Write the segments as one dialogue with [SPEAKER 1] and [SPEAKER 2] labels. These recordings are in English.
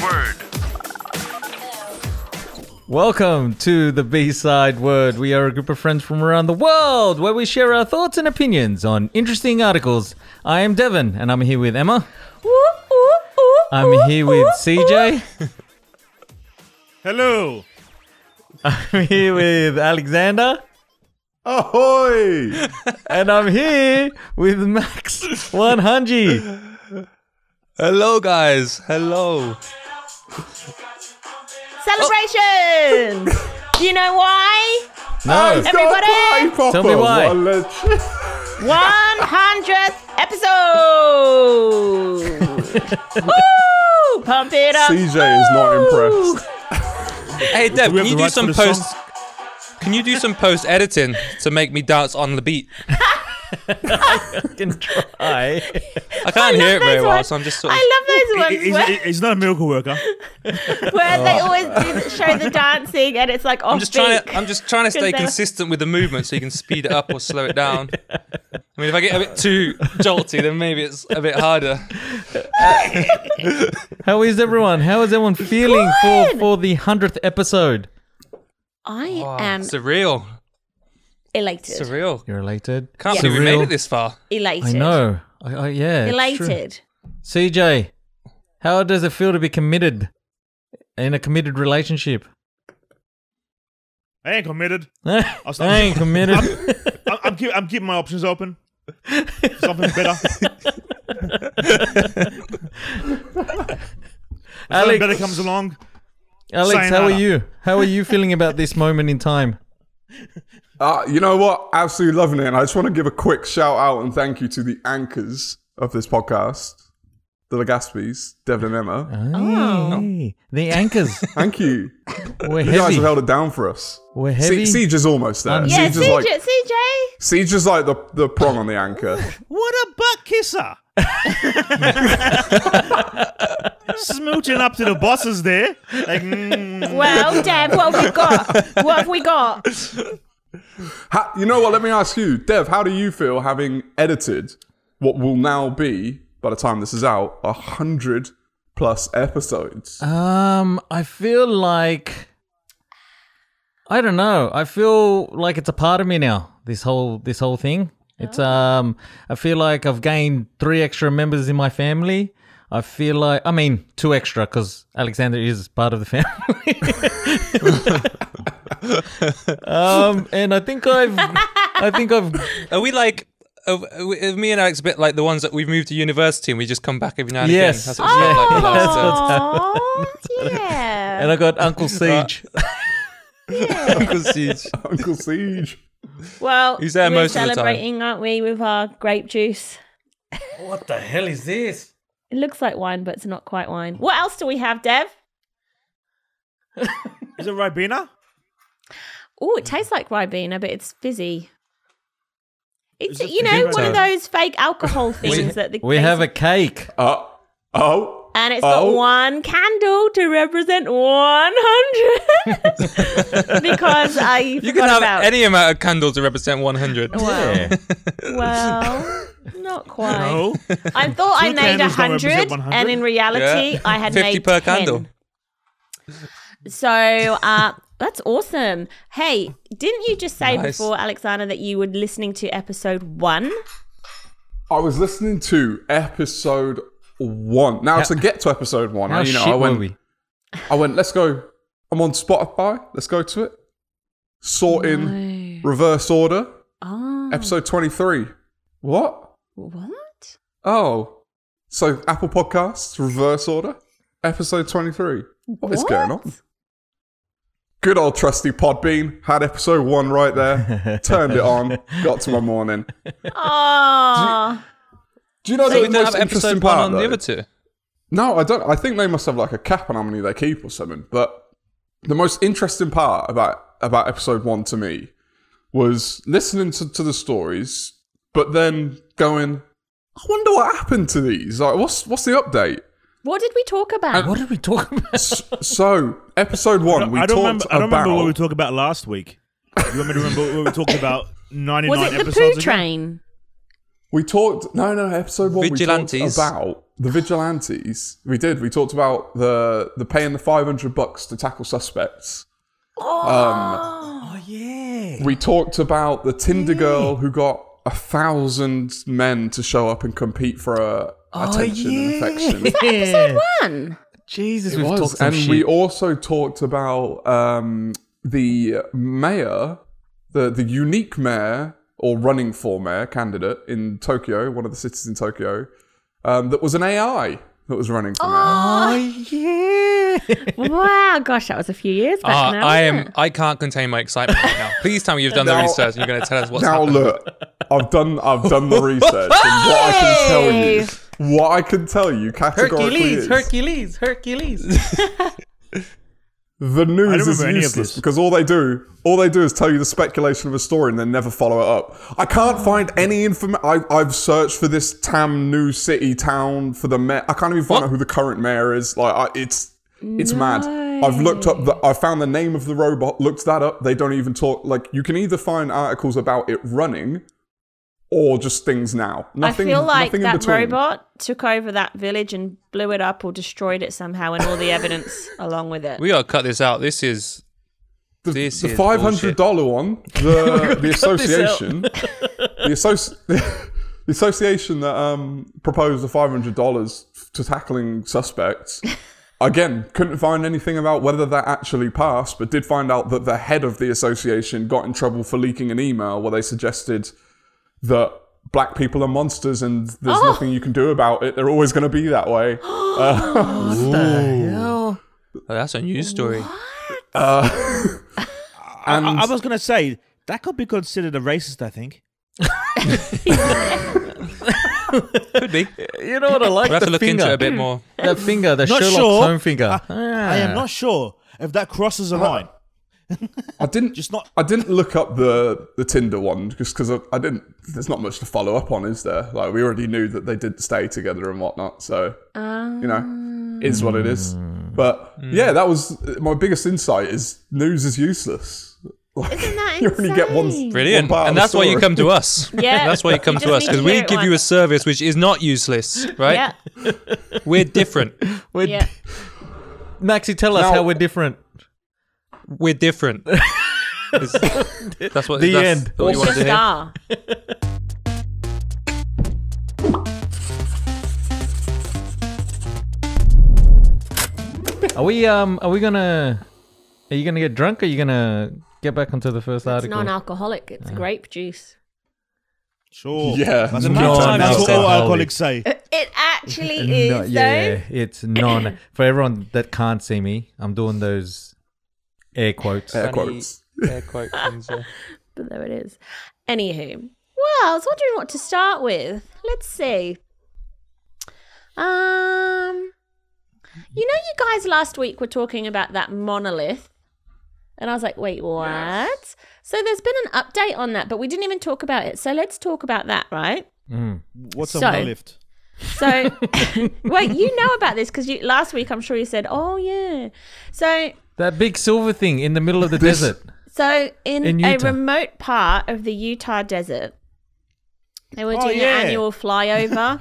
[SPEAKER 1] Word.
[SPEAKER 2] Welcome to the B Side Word. We are a group of friends from around the world where we share our thoughts and opinions on interesting articles. I am Devin, and I'm here with Emma. I'm here with CJ.
[SPEAKER 3] Hello.
[SPEAKER 2] I'm here with Alexander.
[SPEAKER 4] Ahoy!
[SPEAKER 2] And I'm here with Max 100.
[SPEAKER 5] Hello, guys. Hello.
[SPEAKER 6] Celebration! Do you know why?
[SPEAKER 2] No.
[SPEAKER 6] Everybody!
[SPEAKER 2] Tell me why.
[SPEAKER 6] One hundredth episode. Woo! Pump it up.
[SPEAKER 4] CJ is not impressed.
[SPEAKER 5] Hey, Deb,
[SPEAKER 3] we
[SPEAKER 5] can
[SPEAKER 3] have
[SPEAKER 5] you
[SPEAKER 3] the
[SPEAKER 5] do
[SPEAKER 3] rights
[SPEAKER 5] some
[SPEAKER 3] for the
[SPEAKER 5] post? Can you do some post editing to make me dance on the beat?
[SPEAKER 2] Fucking try.
[SPEAKER 5] I can't hear it
[SPEAKER 6] those
[SPEAKER 5] very well,
[SPEAKER 6] words.
[SPEAKER 5] so I'm just sort of.
[SPEAKER 6] I love those
[SPEAKER 3] He's,
[SPEAKER 6] ones where,
[SPEAKER 3] he's not a miracle worker.
[SPEAKER 6] where they
[SPEAKER 2] Oh.
[SPEAKER 6] always do the, show the dancing and it's like off
[SPEAKER 5] I'm just trying to. I'm just trying to stay
[SPEAKER 6] Because they're-
[SPEAKER 5] consistent with the movement, so you can speed it up or slow it down. I mean, if I get a bit too jolty, then maybe it's a bit harder.
[SPEAKER 2] How is everyone? How is everyone feeling for,
[SPEAKER 6] Good.
[SPEAKER 2] for the 100th episode?
[SPEAKER 6] I
[SPEAKER 5] Wow.
[SPEAKER 6] am
[SPEAKER 5] Oh, surreal.
[SPEAKER 6] elated.
[SPEAKER 5] Surreal.
[SPEAKER 2] You're elated.
[SPEAKER 5] Can't
[SPEAKER 6] Yeah.
[SPEAKER 5] believe we made
[SPEAKER 2] Surreal.
[SPEAKER 5] it this far.
[SPEAKER 6] Elated.
[SPEAKER 2] I know. I, I, yeah. it's true.
[SPEAKER 6] Elated.
[SPEAKER 2] CJ, how does it feel to be committed in a committed relationship?
[SPEAKER 3] I ain't committed.
[SPEAKER 2] I
[SPEAKER 3] I'll stop-
[SPEAKER 2] ain't committed.
[SPEAKER 3] I'm, I'm, keep, I'm keeping my options open. For something better. Something better
[SPEAKER 2] Alex,
[SPEAKER 3] comes along.
[SPEAKER 2] Alex, how are
[SPEAKER 3] sayonara.
[SPEAKER 2] you? How are you feeling about this moment in time?
[SPEAKER 4] Uh, you know what? Absolutely loving it. And I just want to give a quick shout out and thank you to the anchors of this podcast, the Legaspies, Devin and Emma.
[SPEAKER 2] Uh-huh.
[SPEAKER 6] Oh.
[SPEAKER 2] Hey, the anchors.
[SPEAKER 4] Thank you.
[SPEAKER 2] We're
[SPEAKER 4] You guys
[SPEAKER 2] heavy.
[SPEAKER 4] have held it down for us.
[SPEAKER 2] We're
[SPEAKER 4] Se-
[SPEAKER 2] heavy.
[SPEAKER 4] Siege is almost there.
[SPEAKER 2] Um,
[SPEAKER 6] Yeah,
[SPEAKER 4] Siege, is
[SPEAKER 6] CJ,
[SPEAKER 4] like,
[SPEAKER 6] CJ.
[SPEAKER 4] Siege is like the, the prong on the anchor.
[SPEAKER 3] What a butt kisser. Smooching up to the bosses there. Like, mm,
[SPEAKER 6] Well, Deb, what have we got? What have we got?
[SPEAKER 4] Ha- you know what? Let me ask you, Dev, how do you feel having edited what will now be, by the time this is out, a hundred plus episodes?
[SPEAKER 2] Um, I feel like I don't know. I feel like it's a part of me now. This whole this whole thing. It's um. I feel like I've gained three extra members in my family. I feel like I mean two extra because Alexander is part of the family. um, and I think I've I think I've
[SPEAKER 5] Are we like? Are we- are me and Alex a bit like the ones that we've moved to university and we just come back every now and
[SPEAKER 2] Yes.
[SPEAKER 5] again? That's what it's like the
[SPEAKER 6] Oh.
[SPEAKER 5] last, uh,
[SPEAKER 6] Aww, yeah.
[SPEAKER 2] and I got Uncle Siege.
[SPEAKER 5] Uncle Siege.
[SPEAKER 4] Uncle Siege.
[SPEAKER 6] Well,
[SPEAKER 5] He's there
[SPEAKER 6] we're
[SPEAKER 5] most of the time.
[SPEAKER 6] celebrating, aren't we, with our grape juice?
[SPEAKER 2] what the hell is this?
[SPEAKER 6] It looks like wine, but it's not quite wine. What else do we have, Dev?
[SPEAKER 3] is it Ribena?
[SPEAKER 6] Oh, it tastes like Ribena, but it's fizzy. It's
[SPEAKER 3] Is it
[SPEAKER 6] you know
[SPEAKER 3] fizzy
[SPEAKER 6] one of
[SPEAKER 5] Ribena?
[SPEAKER 6] those fake alcohol things that the
[SPEAKER 2] We
[SPEAKER 6] they-
[SPEAKER 2] have a cake.
[SPEAKER 4] Uh, oh,
[SPEAKER 6] and it's
[SPEAKER 4] Oh.
[SPEAKER 6] got one candle to represent one hundred because I
[SPEAKER 5] You
[SPEAKER 6] forgot
[SPEAKER 5] can have
[SPEAKER 6] about
[SPEAKER 5] any amount of candles to represent 100.
[SPEAKER 6] Wow.
[SPEAKER 2] Yeah.
[SPEAKER 6] Well, not quite.
[SPEAKER 3] No.
[SPEAKER 6] I thought I
[SPEAKER 3] Two
[SPEAKER 6] made a
[SPEAKER 3] candles don't
[SPEAKER 6] hundred,
[SPEAKER 3] represent 100.
[SPEAKER 6] and in reality,
[SPEAKER 5] Yeah.
[SPEAKER 6] I had
[SPEAKER 5] 50
[SPEAKER 6] made
[SPEAKER 5] per
[SPEAKER 6] 10.
[SPEAKER 5] candle.
[SPEAKER 6] So uh, that's awesome. Hey, didn't you just say
[SPEAKER 5] Nice.
[SPEAKER 6] before, Alexander, that you were listening to episode one?
[SPEAKER 4] I was listening to episode one. Now to get to episode one,
[SPEAKER 2] How
[SPEAKER 4] you know,
[SPEAKER 2] shit
[SPEAKER 4] I went.
[SPEAKER 2] were we?
[SPEAKER 4] I went. Let's go. I'm on Spotify. Let's go to it. Sort in reverse order.
[SPEAKER 6] Oh,
[SPEAKER 4] Episode 23. What?
[SPEAKER 6] what?
[SPEAKER 4] Oh, so Apple Podcasts reverse order, episode twenty-three. what is going on? Good old trusty Podbean had episode one right there. Turned it on. Got to my morning.
[SPEAKER 6] Oh,
[SPEAKER 4] Do you know
[SPEAKER 5] So
[SPEAKER 4] the
[SPEAKER 5] we don't
[SPEAKER 4] most
[SPEAKER 5] have
[SPEAKER 4] interesting
[SPEAKER 5] episode one
[SPEAKER 4] part?
[SPEAKER 5] on the
[SPEAKER 4] though?
[SPEAKER 5] other two.
[SPEAKER 4] No, I don't. I think they must have like a cap on how many they keep or something. But the most interesting part about about episode one to me was listening to, to the stories, but then going, I wonder what happened to these. Like, what's what's the update?
[SPEAKER 6] what did we talk about?
[SPEAKER 2] What did we talk about?
[SPEAKER 4] S- so episode
[SPEAKER 3] I
[SPEAKER 4] one,
[SPEAKER 3] don't,
[SPEAKER 4] we
[SPEAKER 3] I
[SPEAKER 4] talked
[SPEAKER 3] don't remember, I don't
[SPEAKER 4] about.
[SPEAKER 3] remember what we talked about last week. You want me to remember what we talked about 99
[SPEAKER 6] was it the
[SPEAKER 3] episodes
[SPEAKER 6] poo
[SPEAKER 3] ago?
[SPEAKER 6] train?
[SPEAKER 4] We talked. No, no, episode one. We
[SPEAKER 5] Vigilantes.
[SPEAKER 4] talked about the vigilantes. We did. We talked about the the paying the five hundred bucks to tackle suspects. Um,
[SPEAKER 2] Oh yeah.
[SPEAKER 4] We talked about the Tinder girl who got a thousand men to show up and compete for a
[SPEAKER 2] Oh,
[SPEAKER 4] attention and affection.
[SPEAKER 2] Episode
[SPEAKER 6] Fun.
[SPEAKER 2] Jesus,
[SPEAKER 4] It
[SPEAKER 2] we've
[SPEAKER 4] was.
[SPEAKER 2] talked some
[SPEAKER 4] and
[SPEAKER 2] shit.
[SPEAKER 4] we also talked about um, the mayor, the the unique mayor or running for mayor candidate in Tokyo, one of the cities in Tokyo, um, that was an AI that was running for mayor.
[SPEAKER 2] oh yeah.
[SPEAKER 6] Wow, gosh, that was a few years back
[SPEAKER 5] Ah,
[SPEAKER 6] now.
[SPEAKER 5] I
[SPEAKER 6] wasn't
[SPEAKER 5] am. I can't contain my excitement right now. Please tell me you've done the
[SPEAKER 4] Now-
[SPEAKER 5] research and you're going to tell us what's
[SPEAKER 4] Now
[SPEAKER 5] happened.
[SPEAKER 4] look, I've done I've done the research, and what I can tell you, what I can tell you categorically is
[SPEAKER 2] Hercules, Hercules.
[SPEAKER 4] the news is
[SPEAKER 3] remember any of
[SPEAKER 4] useless
[SPEAKER 3] this.
[SPEAKER 4] because all they do all they do is tell you the speculation of a story and then never follow it up i can't find any information i've searched for this tam new city town for the mayor i can't even find
[SPEAKER 5] What?
[SPEAKER 4] out who the current mayor is like I, it's it's mad i've looked up the i found the name of the robot looked that up they don't even talk like you can either find articles about it running or just things now
[SPEAKER 6] I
[SPEAKER 4] nothing
[SPEAKER 6] feel like
[SPEAKER 4] nothing in
[SPEAKER 6] that
[SPEAKER 4] between.
[SPEAKER 6] robot took over that village and blew it up or destroyed it somehow and all the evidence along with it.
[SPEAKER 5] We gotta cut this out. This is
[SPEAKER 4] the,
[SPEAKER 5] This
[SPEAKER 4] the
[SPEAKER 5] is
[SPEAKER 4] five hundred dollar one, the the association, the, associ- the association that um, proposed the five hundred dollars to tackling suspects. Again, couldn't find anything about whether that actually passed, but did find out that the head of the association got in trouble for leaking an email where they suggested that black people are monsters and there's nothing you can do about it. They're always going to be that way.
[SPEAKER 5] oh, that's a news story.
[SPEAKER 4] And
[SPEAKER 3] I, I was going to say that could be considered a racist. I think.
[SPEAKER 5] Could be.
[SPEAKER 2] you know what I like?
[SPEAKER 5] We'll have
[SPEAKER 2] the
[SPEAKER 5] to look
[SPEAKER 2] finger.
[SPEAKER 5] into it a bit more.
[SPEAKER 2] That finger, the
[SPEAKER 3] Not
[SPEAKER 2] Sherlock's
[SPEAKER 3] sure.
[SPEAKER 2] home finger. Ah.
[SPEAKER 3] I, I am not sure if that crosses a line.
[SPEAKER 4] I didn't
[SPEAKER 3] Just not.
[SPEAKER 4] I didn't look up the the Tinder one just because I, I didn't. There's not much to follow up on, is there? Like we already knew that they did stay together and whatnot, so you
[SPEAKER 6] Ah.
[SPEAKER 4] know, is what it is. But
[SPEAKER 5] Hmm.
[SPEAKER 4] yeah, that was my biggest insight: is news is useless. Like,
[SPEAKER 6] Isn't that
[SPEAKER 4] you only get one
[SPEAKER 6] insane?
[SPEAKER 5] Brilliant.
[SPEAKER 4] one part of
[SPEAKER 5] And
[SPEAKER 4] the
[SPEAKER 5] that's why you
[SPEAKER 4] story.
[SPEAKER 5] come to us.
[SPEAKER 6] Yeah.
[SPEAKER 5] That's why you come
[SPEAKER 6] You
[SPEAKER 5] to
[SPEAKER 6] just
[SPEAKER 5] us
[SPEAKER 6] need to
[SPEAKER 5] because we
[SPEAKER 6] hear it
[SPEAKER 5] give you a
[SPEAKER 6] once.
[SPEAKER 5] service which is not useless, right?
[SPEAKER 6] Yeah,
[SPEAKER 5] We're different.
[SPEAKER 2] We're-
[SPEAKER 6] yeah.
[SPEAKER 2] Maxi, tell us
[SPEAKER 4] Now-
[SPEAKER 2] how we're different.
[SPEAKER 5] We're different. It's- that's what
[SPEAKER 2] The
[SPEAKER 5] that's
[SPEAKER 2] end.
[SPEAKER 5] What you
[SPEAKER 6] It's
[SPEAKER 5] wanted to
[SPEAKER 6] just
[SPEAKER 5] hear.
[SPEAKER 6] are.
[SPEAKER 2] Are we um are we gonna are you gonna get drunk or are you gonna get back onto the first
[SPEAKER 6] It's
[SPEAKER 2] article?
[SPEAKER 6] non-alcoholic. It's grape juice.
[SPEAKER 3] Sure.
[SPEAKER 4] Yeah,
[SPEAKER 3] That's,
[SPEAKER 4] no,
[SPEAKER 3] what-
[SPEAKER 5] no,
[SPEAKER 3] that's what
[SPEAKER 2] no.
[SPEAKER 3] all alcoholics say.
[SPEAKER 6] It actually is, eh?
[SPEAKER 2] No,
[SPEAKER 6] though.
[SPEAKER 2] yeah, it's non. For everyone that can't see me, I'm doing those air quotes.
[SPEAKER 4] Air quotes.
[SPEAKER 5] Air quote things, yeah.
[SPEAKER 6] But there it is. Anywho, well, I was wondering what to start with. Let's see. Um, you know, you guys last week were talking about that monolith, and I was like, wait, what? So there's been an update on that, but we didn't even talk about it. So let's talk about that, right?
[SPEAKER 3] What's
[SPEAKER 6] So-
[SPEAKER 3] up my lift?
[SPEAKER 6] So, wait, you know about this because you last week, I'm sure you said, oh yeah. So
[SPEAKER 2] That big silver thing in the middle of the
[SPEAKER 4] This-
[SPEAKER 2] desert.
[SPEAKER 6] So in,
[SPEAKER 2] In
[SPEAKER 6] a
[SPEAKER 2] Utah.
[SPEAKER 6] remote part of the Utah desert, they were
[SPEAKER 3] Oh,
[SPEAKER 6] doing
[SPEAKER 3] yeah.
[SPEAKER 6] an annual flyover.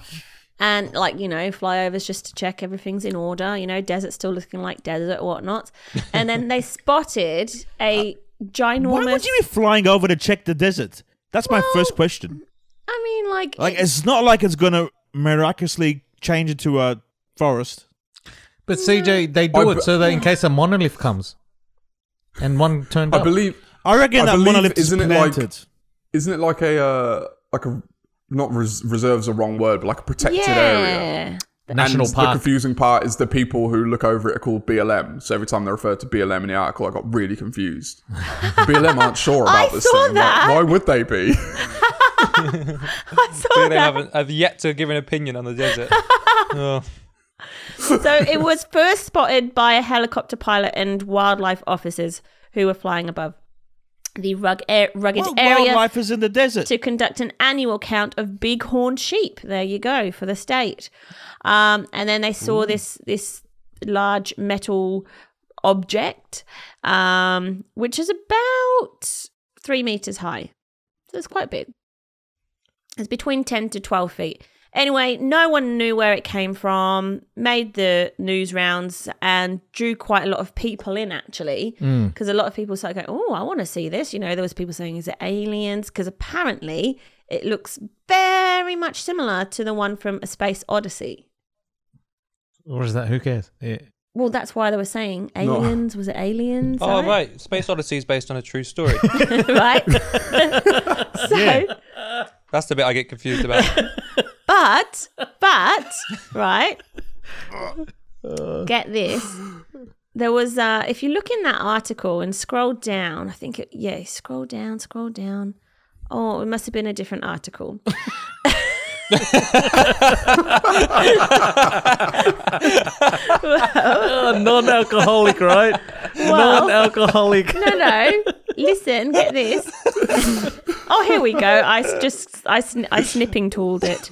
[SPEAKER 6] And like you know, flyovers just to check everything's in order. You know, desert still looking like desert, whatnot. And then they spotted a
[SPEAKER 3] Uh, Why
[SPEAKER 6] ginormous.
[SPEAKER 3] would you be flying over to check the desert? That's my first question.
[SPEAKER 6] I mean, like,
[SPEAKER 3] Like, it's not like it's gonna miraculously change into a forest.
[SPEAKER 2] But CJ, they do
[SPEAKER 4] I
[SPEAKER 2] it
[SPEAKER 4] b-
[SPEAKER 2] so that in case a monolith comes, and one turned
[SPEAKER 4] I
[SPEAKER 2] up.
[SPEAKER 4] believe.
[SPEAKER 3] I reckon
[SPEAKER 4] I
[SPEAKER 3] that
[SPEAKER 4] believe-
[SPEAKER 3] monolith is
[SPEAKER 4] isn't it like-
[SPEAKER 3] planted.
[SPEAKER 4] Isn't it like a uh, like a not res- reserves a wrong word, but like a protected area?
[SPEAKER 6] yeah,
[SPEAKER 2] National
[SPEAKER 4] and The
[SPEAKER 2] Park.
[SPEAKER 4] confusing part is the people who look over it are called BLM. So every time they refer to BLM in the article, I got really confused. BLM aren't sure
[SPEAKER 6] I
[SPEAKER 4] about this
[SPEAKER 6] saw
[SPEAKER 4] thing. Why-
[SPEAKER 6] that.
[SPEAKER 4] Why, would they be?
[SPEAKER 6] I saw
[SPEAKER 5] They
[SPEAKER 6] that.
[SPEAKER 5] haven't, I've yet to give an opinion on the desert. Oh.
[SPEAKER 6] So it was first spotted by a helicopter pilot and wildlife officers who were flying above the rug- air rugged
[SPEAKER 3] Well,
[SPEAKER 6] area.
[SPEAKER 3] wildlife is in the desert.
[SPEAKER 6] to conduct an annual count of bighorn sheep. There you go for the state. Um, and then they saw this this large metal object, um, which is about three meters high. So it's quite big. It's between 10 to 12 feet. Anyway, no one knew where it came from, made the news rounds and drew quite a lot of people in actually.
[SPEAKER 5] Mm.
[SPEAKER 6] Because a lot of people started going, Oh, I want to see this. You know, there was people saying, Is it aliens? Because apparently it looks very much similar to the one from A Space Odyssey.
[SPEAKER 2] Or is that? Who cares? Yeah.
[SPEAKER 6] Well, that's why they were saying aliens. Was it aliens?
[SPEAKER 5] Oh, right. Space Odyssey is based on a true story.
[SPEAKER 6] right. so,
[SPEAKER 5] That's the bit I get confused about.
[SPEAKER 6] but, but, right. Get this. There was, uh, if you look in that article and scroll down, I think, it, yeah, scroll down, scroll down. Oh, it must have been a different article.
[SPEAKER 2] Oh, non-alcoholic, right?
[SPEAKER 6] Well-
[SPEAKER 2] Non-alcoholic.
[SPEAKER 6] No, no. Listen, get this. oh, here we go. I s- just I, sn- I snipping tooled it.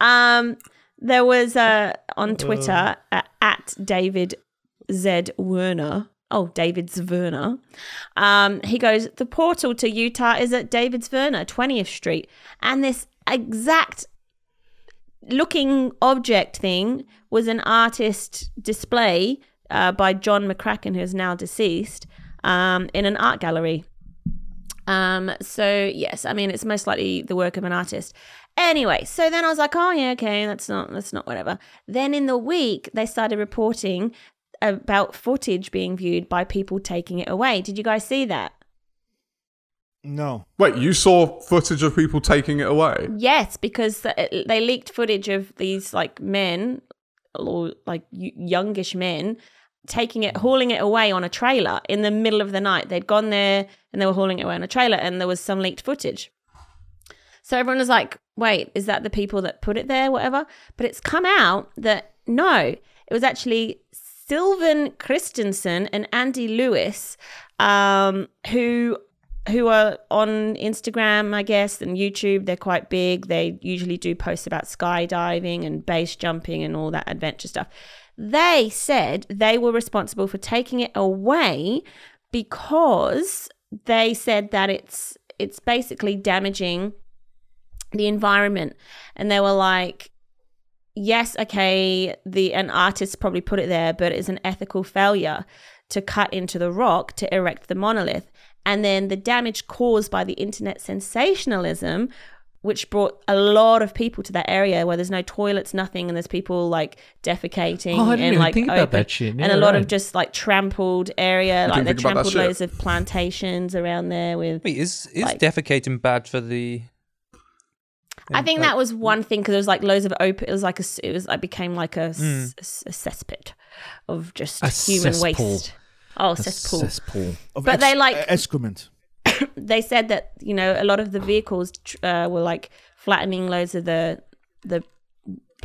[SPEAKER 6] Um, there was uh, on Twitter uh, at David Z Werner. Oh, David's Werner. Um, he goes, the portal to Utah is at David's Werner, 20th Street. And this exact looking object thing was an artist display uh, by John McCracken, who is now deceased, um, in an art gallery. Um, so yes, I mean it's most likely the work of an artist. Anyway, so then I was like, oh yeah, okay, that's not that's not whatever. Then in the week they started reporting about footage being viewed by people taking it away. Did you guys see that?
[SPEAKER 3] No.
[SPEAKER 4] Wait, you saw footage of people taking it away?
[SPEAKER 6] Yes, because th- they leaked footage of these like men or like y- youngish men taking it, hauling it away on a trailer in the middle of the night. They'd gone there and they were hauling it away on a trailer, and there was some leaked footage. So everyone was like, "Wait, is that the people that put it there? Whatever." But it's come out that no, it was actually Sylvan Christensen and Andy Lewis, um, who who are on Instagram, I guess, and YouTube. They're quite big. They usually do posts about skydiving and base jumping and all that adventure stuff. They said they were responsible for taking it away because they said that it's it's basically damaging the environment and they were like yes okay the an artist probably put it there but it's an ethical failure to cut into the rock to erect the monolith and then the damage caused by the internet sensationalism which brought a lot of people to that area where there's no toilets nothing and there's people like defecating
[SPEAKER 2] Oh, I didn't
[SPEAKER 6] and
[SPEAKER 2] even
[SPEAKER 6] like
[SPEAKER 2] think about
[SPEAKER 6] open-
[SPEAKER 2] that shit.
[SPEAKER 6] and
[SPEAKER 2] Yeah,
[SPEAKER 6] a lot
[SPEAKER 2] right.
[SPEAKER 6] of just like trampled area like they
[SPEAKER 4] think about that
[SPEAKER 6] trampled
[SPEAKER 4] shit.
[SPEAKER 6] loads of plantations around there with
[SPEAKER 5] Wait, is is
[SPEAKER 6] Like-
[SPEAKER 5] defecating bad for the?
[SPEAKER 6] I think
[SPEAKER 5] like-
[SPEAKER 6] that was one thing because there was like loads of open. It was like a. s- It was. I became like a, s- s- a cesspit of just
[SPEAKER 2] Mm. A
[SPEAKER 6] human
[SPEAKER 2] cesspool.
[SPEAKER 6] waste. Oh, cesspool.
[SPEAKER 2] Cesspool.
[SPEAKER 3] Of
[SPEAKER 6] But they like-
[SPEAKER 3] excrement.
[SPEAKER 6] they said that you know a lot of the vehicles tr- uh, were like flattening loads of the the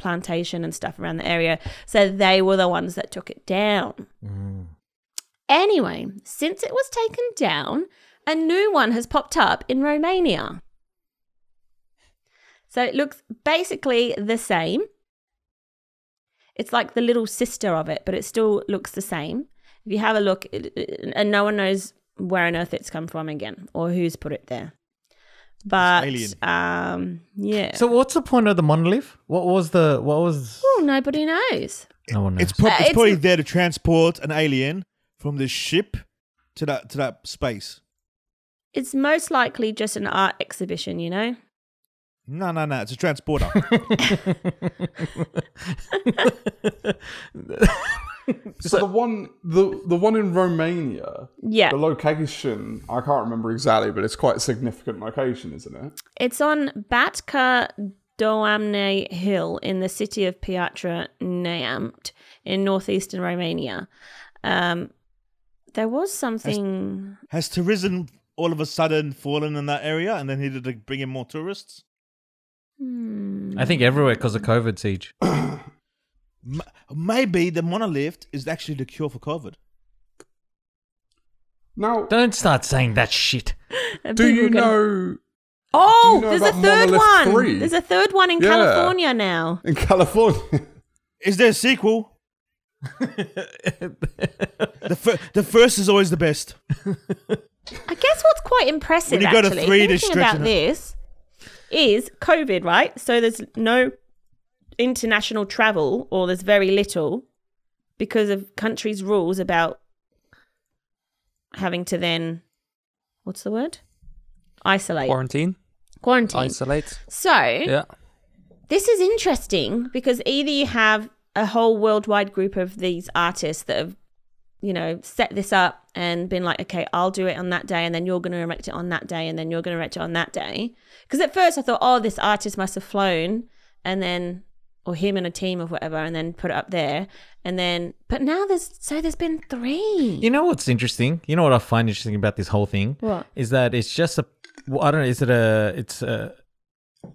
[SPEAKER 6] plantation and stuff around the area, so they were the ones that took it down. Anyway, since it was taken down, a new one has popped up in Romania. So it looks basically the same. It's like the little sister of it, but it still looks the same. If you have a look, it, it- and no one knows where on earth it's come from again or who's put it there. But
[SPEAKER 3] alien.
[SPEAKER 6] um, yeah.
[SPEAKER 2] So what's the point of the monolith? What was the what was?
[SPEAKER 6] Oh, nobody knows.
[SPEAKER 2] No one knows.
[SPEAKER 3] It's, prob-
[SPEAKER 6] Uh,
[SPEAKER 3] it's
[SPEAKER 6] it's-
[SPEAKER 3] probably there to transport an alien from the ship to that to that space.
[SPEAKER 6] It's most likely just an art exhibition, you know?
[SPEAKER 3] No, no, no. It's a transporter.
[SPEAKER 4] So the one the the one in Romania,
[SPEAKER 6] Yeah.
[SPEAKER 4] the location, I can't remember exactly, but it's quite a significant location, isn't it?
[SPEAKER 6] It's on Batka Doamne Hill in the city of Piatra Neamt in northeastern Romania. Um, there was something.
[SPEAKER 3] Has tourism all of a sudden fallen in that area, and then he did like, bring in more tourists?
[SPEAKER 6] Hmm.
[SPEAKER 2] I think everywhere because of COVID siege.
[SPEAKER 3] M- maybe the monolith is actually the cure for COVID.
[SPEAKER 4] Now,
[SPEAKER 2] Don't start saying that shit.
[SPEAKER 4] do
[SPEAKER 6] People
[SPEAKER 4] you
[SPEAKER 6] gonna-
[SPEAKER 4] know
[SPEAKER 6] Oh,
[SPEAKER 4] know
[SPEAKER 6] there's a
[SPEAKER 4] about
[SPEAKER 6] third
[SPEAKER 4] Monolith
[SPEAKER 6] one.
[SPEAKER 4] 3?
[SPEAKER 6] There's a third one in
[SPEAKER 4] Yeah.
[SPEAKER 6] California now.
[SPEAKER 4] in California?
[SPEAKER 3] Is there a sequel? The fir- the first is always the best.
[SPEAKER 6] I guess what's quite impressive
[SPEAKER 3] When you go to
[SPEAKER 6] actually,
[SPEAKER 3] three, they're
[SPEAKER 6] thinking about
[SPEAKER 3] stretching it.
[SPEAKER 6] this, is COVID, right? So there's no international travel, or there's very little because of countries' rules about having to then, what's the word? Isolate,
[SPEAKER 5] Quarantine,
[SPEAKER 6] quarantine.
[SPEAKER 5] isolate.
[SPEAKER 6] so
[SPEAKER 5] Yeah.
[SPEAKER 6] this is interesting because either you have a whole worldwide group of these artists that have you know set this up and been like okay i'll do it on that day and then you're going to erect it on that day and then you're going to erect it on that day because at first i thought oh this artist must have flown and then or him and a team of whatever and then put it up there and then but now there's so there's been three
[SPEAKER 2] You know what's interesting? You know what I find interesting about this whole thing?
[SPEAKER 6] What?
[SPEAKER 2] Is that it's just a. well, I don't know. Is it a? It's a.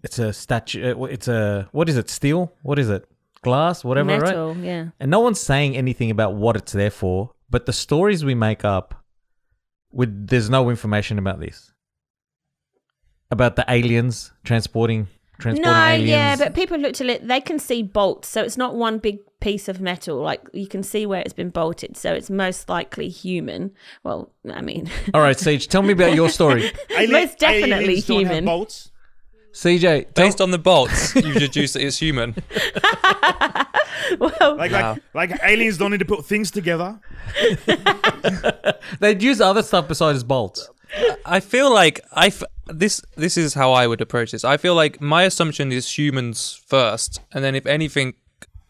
[SPEAKER 2] It's a statue. uh, wh- It's a. What is it? Steel? What is it? Glass? Whatever. Right.
[SPEAKER 6] metal yeah
[SPEAKER 2] And no one's saying anything about what it's there for. But the stories we make up, with there's no information about this. About the aliens transporting transporting
[SPEAKER 6] No,
[SPEAKER 2] aliens.
[SPEAKER 6] yeah, but people looked at it. They can see bolts, so it's not one big piece of metal. Like you can see where it's been bolted, so it's most likely human. Well, I mean,
[SPEAKER 2] All right, Siege. Tell me about your story,
[SPEAKER 3] Ali-
[SPEAKER 6] most definitely
[SPEAKER 3] aliens don't have
[SPEAKER 6] human.
[SPEAKER 3] bolts.
[SPEAKER 2] CJ. Tell,
[SPEAKER 5] Based on the bolts, you deduce that it's human.
[SPEAKER 6] well,
[SPEAKER 3] Like,
[SPEAKER 5] Wow.
[SPEAKER 3] like, like aliens don't need to put things together.
[SPEAKER 2] they'd use other stuff besides bolts.
[SPEAKER 5] I feel like I f- this this is how I would approach this. I feel like my assumption is humans first, and then if anything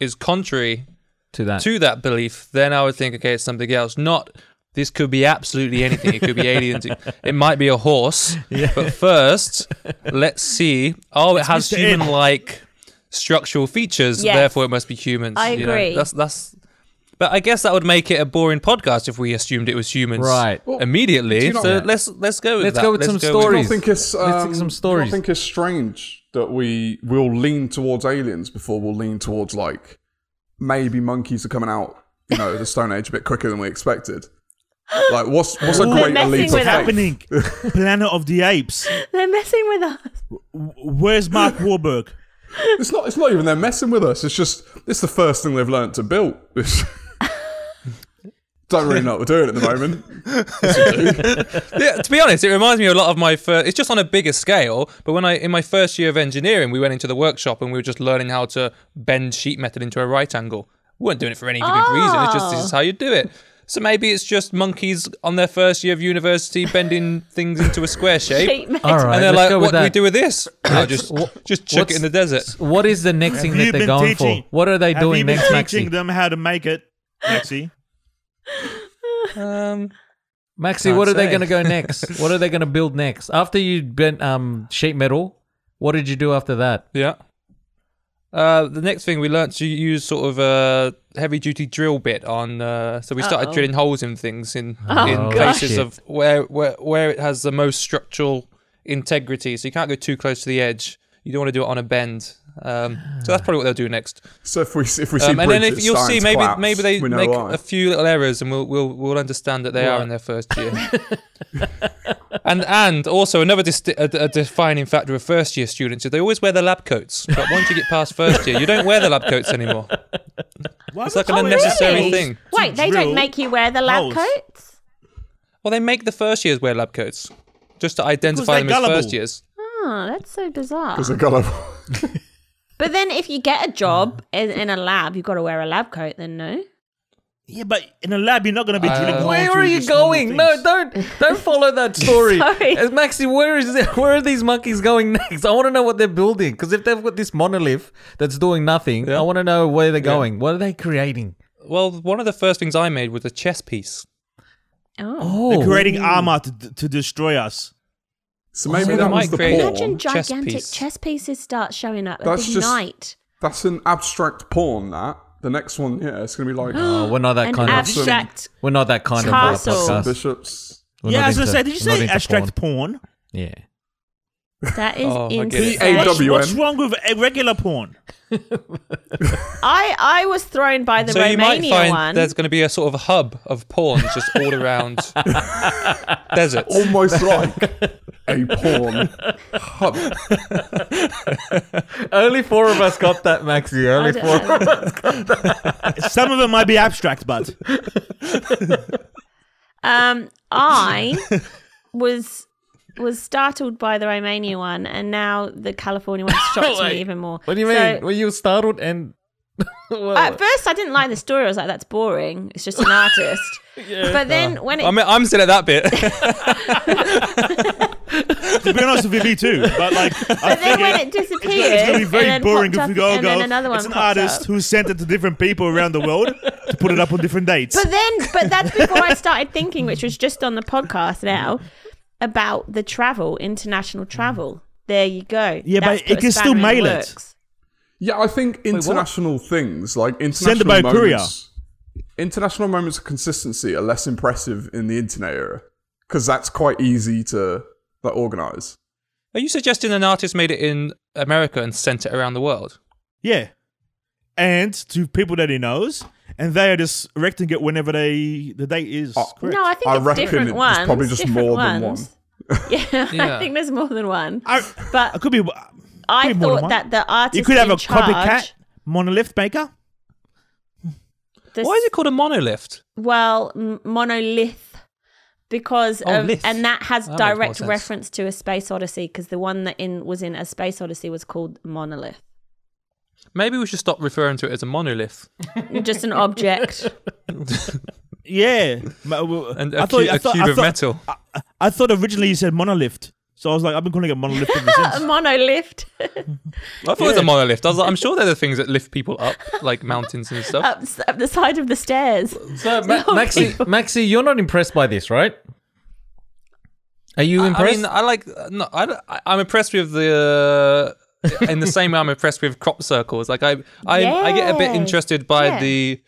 [SPEAKER 5] is contrary
[SPEAKER 2] To that.
[SPEAKER 5] to that belief, then I would think, okay, it's something else. Not this could be absolutely anything. It could be aliens. It- It might be a horse. But first, let's see. Oh, it has
[SPEAKER 3] Mr. Ed.
[SPEAKER 5] human-like structural features.
[SPEAKER 6] Yes.
[SPEAKER 5] Therefore, it must be humans.
[SPEAKER 6] I
[SPEAKER 5] you know?
[SPEAKER 6] agree.
[SPEAKER 5] That's that's. But I guess that would make it a boring podcast if we assumed it was humans
[SPEAKER 2] Right. Well,
[SPEAKER 5] immediately.
[SPEAKER 4] do you not-
[SPEAKER 5] so
[SPEAKER 4] Yeah.
[SPEAKER 5] let's let's go with
[SPEAKER 2] Let's
[SPEAKER 5] that.
[SPEAKER 2] go with some
[SPEAKER 4] Do you
[SPEAKER 2] stories.
[SPEAKER 4] not think it's um,
[SPEAKER 2] Let's take some
[SPEAKER 4] do you not
[SPEAKER 2] stories.
[SPEAKER 4] think it's strange that we will lean towards aliens before we'll lean towards like maybe monkeys are coming out, you know, the Stone Age a bit quicker than we expected. Like, what's what's a
[SPEAKER 3] Ooh.
[SPEAKER 4] greater
[SPEAKER 6] Messing
[SPEAKER 4] leap
[SPEAKER 6] with us.
[SPEAKER 4] of
[SPEAKER 3] What's
[SPEAKER 4] faith?
[SPEAKER 3] happening? Planet of the Apes.
[SPEAKER 6] they're messing with us.
[SPEAKER 3] W- Where's Mark Wahlberg?
[SPEAKER 4] It's not. It's not even they're messing with us. It's just it's the first thing they've learnt to build. It's- Don't really know what we're doing at the moment.
[SPEAKER 5] yeah, to be honest, it reminds me a lot of my first. It's just on a bigger scale. But when I in my first year of engineering, we went into the workshop and we were just learning how to bend sheet metal into a right angle. We weren't doing it for any good reason. It's just this is how you do it. So maybe it's just monkeys on their first year of university bending things into a square shape,
[SPEAKER 6] Sheep metal.
[SPEAKER 2] All right.
[SPEAKER 5] and they're
[SPEAKER 2] let's
[SPEAKER 5] like,
[SPEAKER 2] go with
[SPEAKER 5] "What do we
[SPEAKER 2] that.
[SPEAKER 5] do with this? Oh, just
[SPEAKER 2] wh-
[SPEAKER 5] just chuck it
[SPEAKER 2] what's-
[SPEAKER 5] in the desert."
[SPEAKER 2] What is the next thing
[SPEAKER 3] Have you
[SPEAKER 2] that they're
[SPEAKER 3] been
[SPEAKER 2] going
[SPEAKER 3] teaching-
[SPEAKER 2] for? What are they
[SPEAKER 3] Have
[SPEAKER 2] doing
[SPEAKER 3] you been
[SPEAKER 2] next,
[SPEAKER 3] teaching
[SPEAKER 2] Maxi?
[SPEAKER 3] them how to make it, Maxi?
[SPEAKER 5] Um,
[SPEAKER 2] Maxi,
[SPEAKER 5] Can't
[SPEAKER 2] what are they
[SPEAKER 5] say.
[SPEAKER 2] going to go next? what are they going to build next? After you bent um, sheet metal, what did you do after that?
[SPEAKER 5] Yeah. Uh, the next thing we learnt to use sort of a heavy duty drill bit on. Uh, so we started
[SPEAKER 6] Uh-oh.
[SPEAKER 5] drilling holes in things in,
[SPEAKER 6] Oh,
[SPEAKER 5] in
[SPEAKER 2] God.
[SPEAKER 5] places
[SPEAKER 2] Shit.
[SPEAKER 5] of where, where where it has the most structural integrity. So you can't go too close to the edge. You don't want to do it on a bend. Um, so that's probably what they'll do next.
[SPEAKER 4] So if we if we see
[SPEAKER 5] Um, and then
[SPEAKER 4] bridges,
[SPEAKER 5] if you'll
[SPEAKER 4] starting
[SPEAKER 5] see
[SPEAKER 4] to
[SPEAKER 5] maybe
[SPEAKER 4] collapse,
[SPEAKER 5] maybe they
[SPEAKER 4] we know
[SPEAKER 5] make
[SPEAKER 4] why.
[SPEAKER 5] a few little errors and we'll we'll we'll understand that they are
[SPEAKER 2] Right.
[SPEAKER 5] in their first year. and and also another dist- a, a defining factor of first year students is they always wear their lab coats. But once you get past first year, you don't wear the lab coats anymore.
[SPEAKER 3] Why
[SPEAKER 5] It's like
[SPEAKER 3] would
[SPEAKER 5] an
[SPEAKER 3] you wear
[SPEAKER 5] unnecessary
[SPEAKER 3] holes?
[SPEAKER 5] thing.
[SPEAKER 6] Wait, they
[SPEAKER 3] Oh, drill
[SPEAKER 6] don't make you wear the lab
[SPEAKER 3] holes.
[SPEAKER 6] coats.
[SPEAKER 5] Well, they make the first years wear lab coats just to identify
[SPEAKER 3] they're
[SPEAKER 5] them
[SPEAKER 3] gullible.
[SPEAKER 5] as first years.
[SPEAKER 6] Oh, that's so bizarre.
[SPEAKER 4] 'Cause they've got a-
[SPEAKER 6] But then, if you get a job in, in a lab, you've got to wear a lab coat. Then no.
[SPEAKER 3] Yeah, but in a lab, you're not going to be drilling holes.
[SPEAKER 2] Where
[SPEAKER 3] Uh, through
[SPEAKER 2] are you
[SPEAKER 3] just normal
[SPEAKER 2] going? No,
[SPEAKER 3] things.
[SPEAKER 2] don't don't follow that story.
[SPEAKER 6] Sorry.
[SPEAKER 2] Uh, Maxi, where is it? where are these monkeys going next? I want to know what they're building because if they've got this monolith that's doing nothing, I want to know where they're going. What are they creating?
[SPEAKER 5] Well, one of the first things I made was a chess piece.
[SPEAKER 6] Oh,
[SPEAKER 2] Oh,
[SPEAKER 3] Creating armor to, to destroy us.
[SPEAKER 4] So maybe
[SPEAKER 5] So they
[SPEAKER 4] that was
[SPEAKER 5] might
[SPEAKER 4] the
[SPEAKER 5] create-
[SPEAKER 4] porn.
[SPEAKER 6] imagine
[SPEAKER 5] Chess
[SPEAKER 6] gigantic
[SPEAKER 5] piece.
[SPEAKER 6] chess pieces start showing up at
[SPEAKER 4] That's
[SPEAKER 6] big
[SPEAKER 4] just-
[SPEAKER 6] night.
[SPEAKER 4] That's an abstract porn. That the next one, yeah, it's gonna be like
[SPEAKER 2] Oh, we're not that
[SPEAKER 6] An
[SPEAKER 2] kind of
[SPEAKER 6] abstract.
[SPEAKER 2] we're not that kind
[SPEAKER 6] Castle.
[SPEAKER 2] of uh, podcast.
[SPEAKER 4] bishops.
[SPEAKER 2] We're
[SPEAKER 3] yeah,
[SPEAKER 2] not
[SPEAKER 3] I was going to
[SPEAKER 2] into-
[SPEAKER 3] say, did you
[SPEAKER 2] we're not
[SPEAKER 3] say
[SPEAKER 2] into
[SPEAKER 3] abstract
[SPEAKER 2] porn.
[SPEAKER 3] porn?
[SPEAKER 2] Yeah.
[SPEAKER 6] That is
[SPEAKER 5] Oh, I get it.
[SPEAKER 6] insane.
[SPEAKER 4] PAW.
[SPEAKER 3] What's, what's
[SPEAKER 4] WN.
[SPEAKER 3] wrong with a regular porn?
[SPEAKER 6] I I was thrown by the
[SPEAKER 5] so you might
[SPEAKER 6] Romania
[SPEAKER 5] find
[SPEAKER 6] one.
[SPEAKER 5] there's going to be a sort of hub of porn just all around deserts.
[SPEAKER 4] Almost like a porn hub.
[SPEAKER 2] Only four of us got that, Maxi.
[SPEAKER 6] I
[SPEAKER 2] Only
[SPEAKER 6] don't
[SPEAKER 2] four.
[SPEAKER 6] know.
[SPEAKER 3] Some of them might be abstract, but
[SPEAKER 6] Um, I was was startled by the Romania one, and now the California one shocks me even more.
[SPEAKER 2] What do you mean?
[SPEAKER 6] So,
[SPEAKER 2] Were you startled and? Well,
[SPEAKER 6] at first, I didn't like the story. I was like, "That's boring. It's just an artist." But then when it
[SPEAKER 5] I'm, I'm still at that bit.
[SPEAKER 3] to be honest with you, me too. But like, I
[SPEAKER 6] But then
[SPEAKER 3] figured
[SPEAKER 6] when it
[SPEAKER 3] it's going to be
[SPEAKER 6] disappears,
[SPEAKER 3] very
[SPEAKER 6] and then
[SPEAKER 3] boring
[SPEAKER 6] popped
[SPEAKER 3] if
[SPEAKER 6] up,
[SPEAKER 3] we go
[SPEAKER 6] and
[SPEAKER 3] go.
[SPEAKER 6] then another one
[SPEAKER 3] it's an
[SPEAKER 6] pops
[SPEAKER 3] artist
[SPEAKER 6] up.
[SPEAKER 3] who sent it to different people around the world to put it up on different dates.
[SPEAKER 6] But then, but that's before I started thinking, which was just on the podcast now, about the travel, international travel. There you go.
[SPEAKER 3] Mm. Yeah,
[SPEAKER 6] That's
[SPEAKER 3] but
[SPEAKER 6] put
[SPEAKER 3] it
[SPEAKER 6] a
[SPEAKER 3] can still
[SPEAKER 6] spanner in the
[SPEAKER 3] mail it.
[SPEAKER 6] works.
[SPEAKER 4] Yeah, I think international things like international
[SPEAKER 3] it by
[SPEAKER 4] moments,
[SPEAKER 3] courier.
[SPEAKER 4] International moments of consistency are less impressive in the internet era because that's quite easy to like, organize.
[SPEAKER 5] Are you suggesting an artist made it in America and sent it around the world?
[SPEAKER 3] yeah, and to people that he knows, and they are just erecting it whenever they the date is.
[SPEAKER 4] Oh.
[SPEAKER 3] correct.
[SPEAKER 6] No, I think
[SPEAKER 4] I
[SPEAKER 6] it's
[SPEAKER 4] reckon
[SPEAKER 6] different
[SPEAKER 4] it's
[SPEAKER 6] ones.
[SPEAKER 4] probably just
[SPEAKER 6] different
[SPEAKER 4] more than
[SPEAKER 6] ones. Yeah, I
[SPEAKER 5] Yeah.
[SPEAKER 6] think there's more than one.
[SPEAKER 3] I, I
[SPEAKER 6] But
[SPEAKER 3] could be.
[SPEAKER 6] I
[SPEAKER 3] could be more than
[SPEAKER 6] thought
[SPEAKER 3] one.
[SPEAKER 6] that the artist
[SPEAKER 3] You could have
[SPEAKER 6] in
[SPEAKER 3] a
[SPEAKER 6] charge,
[SPEAKER 3] copycat monolith maker.
[SPEAKER 6] the
[SPEAKER 5] Why is it called a monolith?
[SPEAKER 6] Well, m- monolith because
[SPEAKER 5] Oh,
[SPEAKER 6] of,
[SPEAKER 5] lith.
[SPEAKER 6] and that has
[SPEAKER 5] That makes more
[SPEAKER 6] direct
[SPEAKER 5] sense.
[SPEAKER 6] reference to a space odyssey because the one that in was in a space odyssey was called monolith,
[SPEAKER 5] Maybe we should stop referring to it as a monolith.
[SPEAKER 6] just an object.
[SPEAKER 3] Yeah, Ma- uh, well,
[SPEAKER 5] And
[SPEAKER 3] I
[SPEAKER 5] a
[SPEAKER 3] thought-
[SPEAKER 5] cu-
[SPEAKER 3] I
[SPEAKER 5] a
[SPEAKER 3] thought-
[SPEAKER 5] cube
[SPEAKER 3] I
[SPEAKER 5] of
[SPEAKER 3] thought-
[SPEAKER 5] metal.
[SPEAKER 3] I thought originally you said monolith, so I was like, I've been calling it monolith ever
[SPEAKER 6] a
[SPEAKER 3] since.
[SPEAKER 6] monolith
[SPEAKER 5] I thought it was a monolith. I was like, I'm sure they're the things that lift people up, like mountains and stuff.
[SPEAKER 6] up, s- up the side of the stairs.
[SPEAKER 2] so Ma-
[SPEAKER 6] No,
[SPEAKER 2] Maxi,
[SPEAKER 6] people-
[SPEAKER 2] Maxi, you're not impressed by this, right? Are you
[SPEAKER 5] I
[SPEAKER 2] impressed?
[SPEAKER 5] mean, I like. uh, No, I, am impressed with the. Uh, in the same way, I'm impressed with crop circles. Like I, I, I get a bit
[SPEAKER 6] Yes.
[SPEAKER 5] interested by
[SPEAKER 6] Yeah.
[SPEAKER 5] the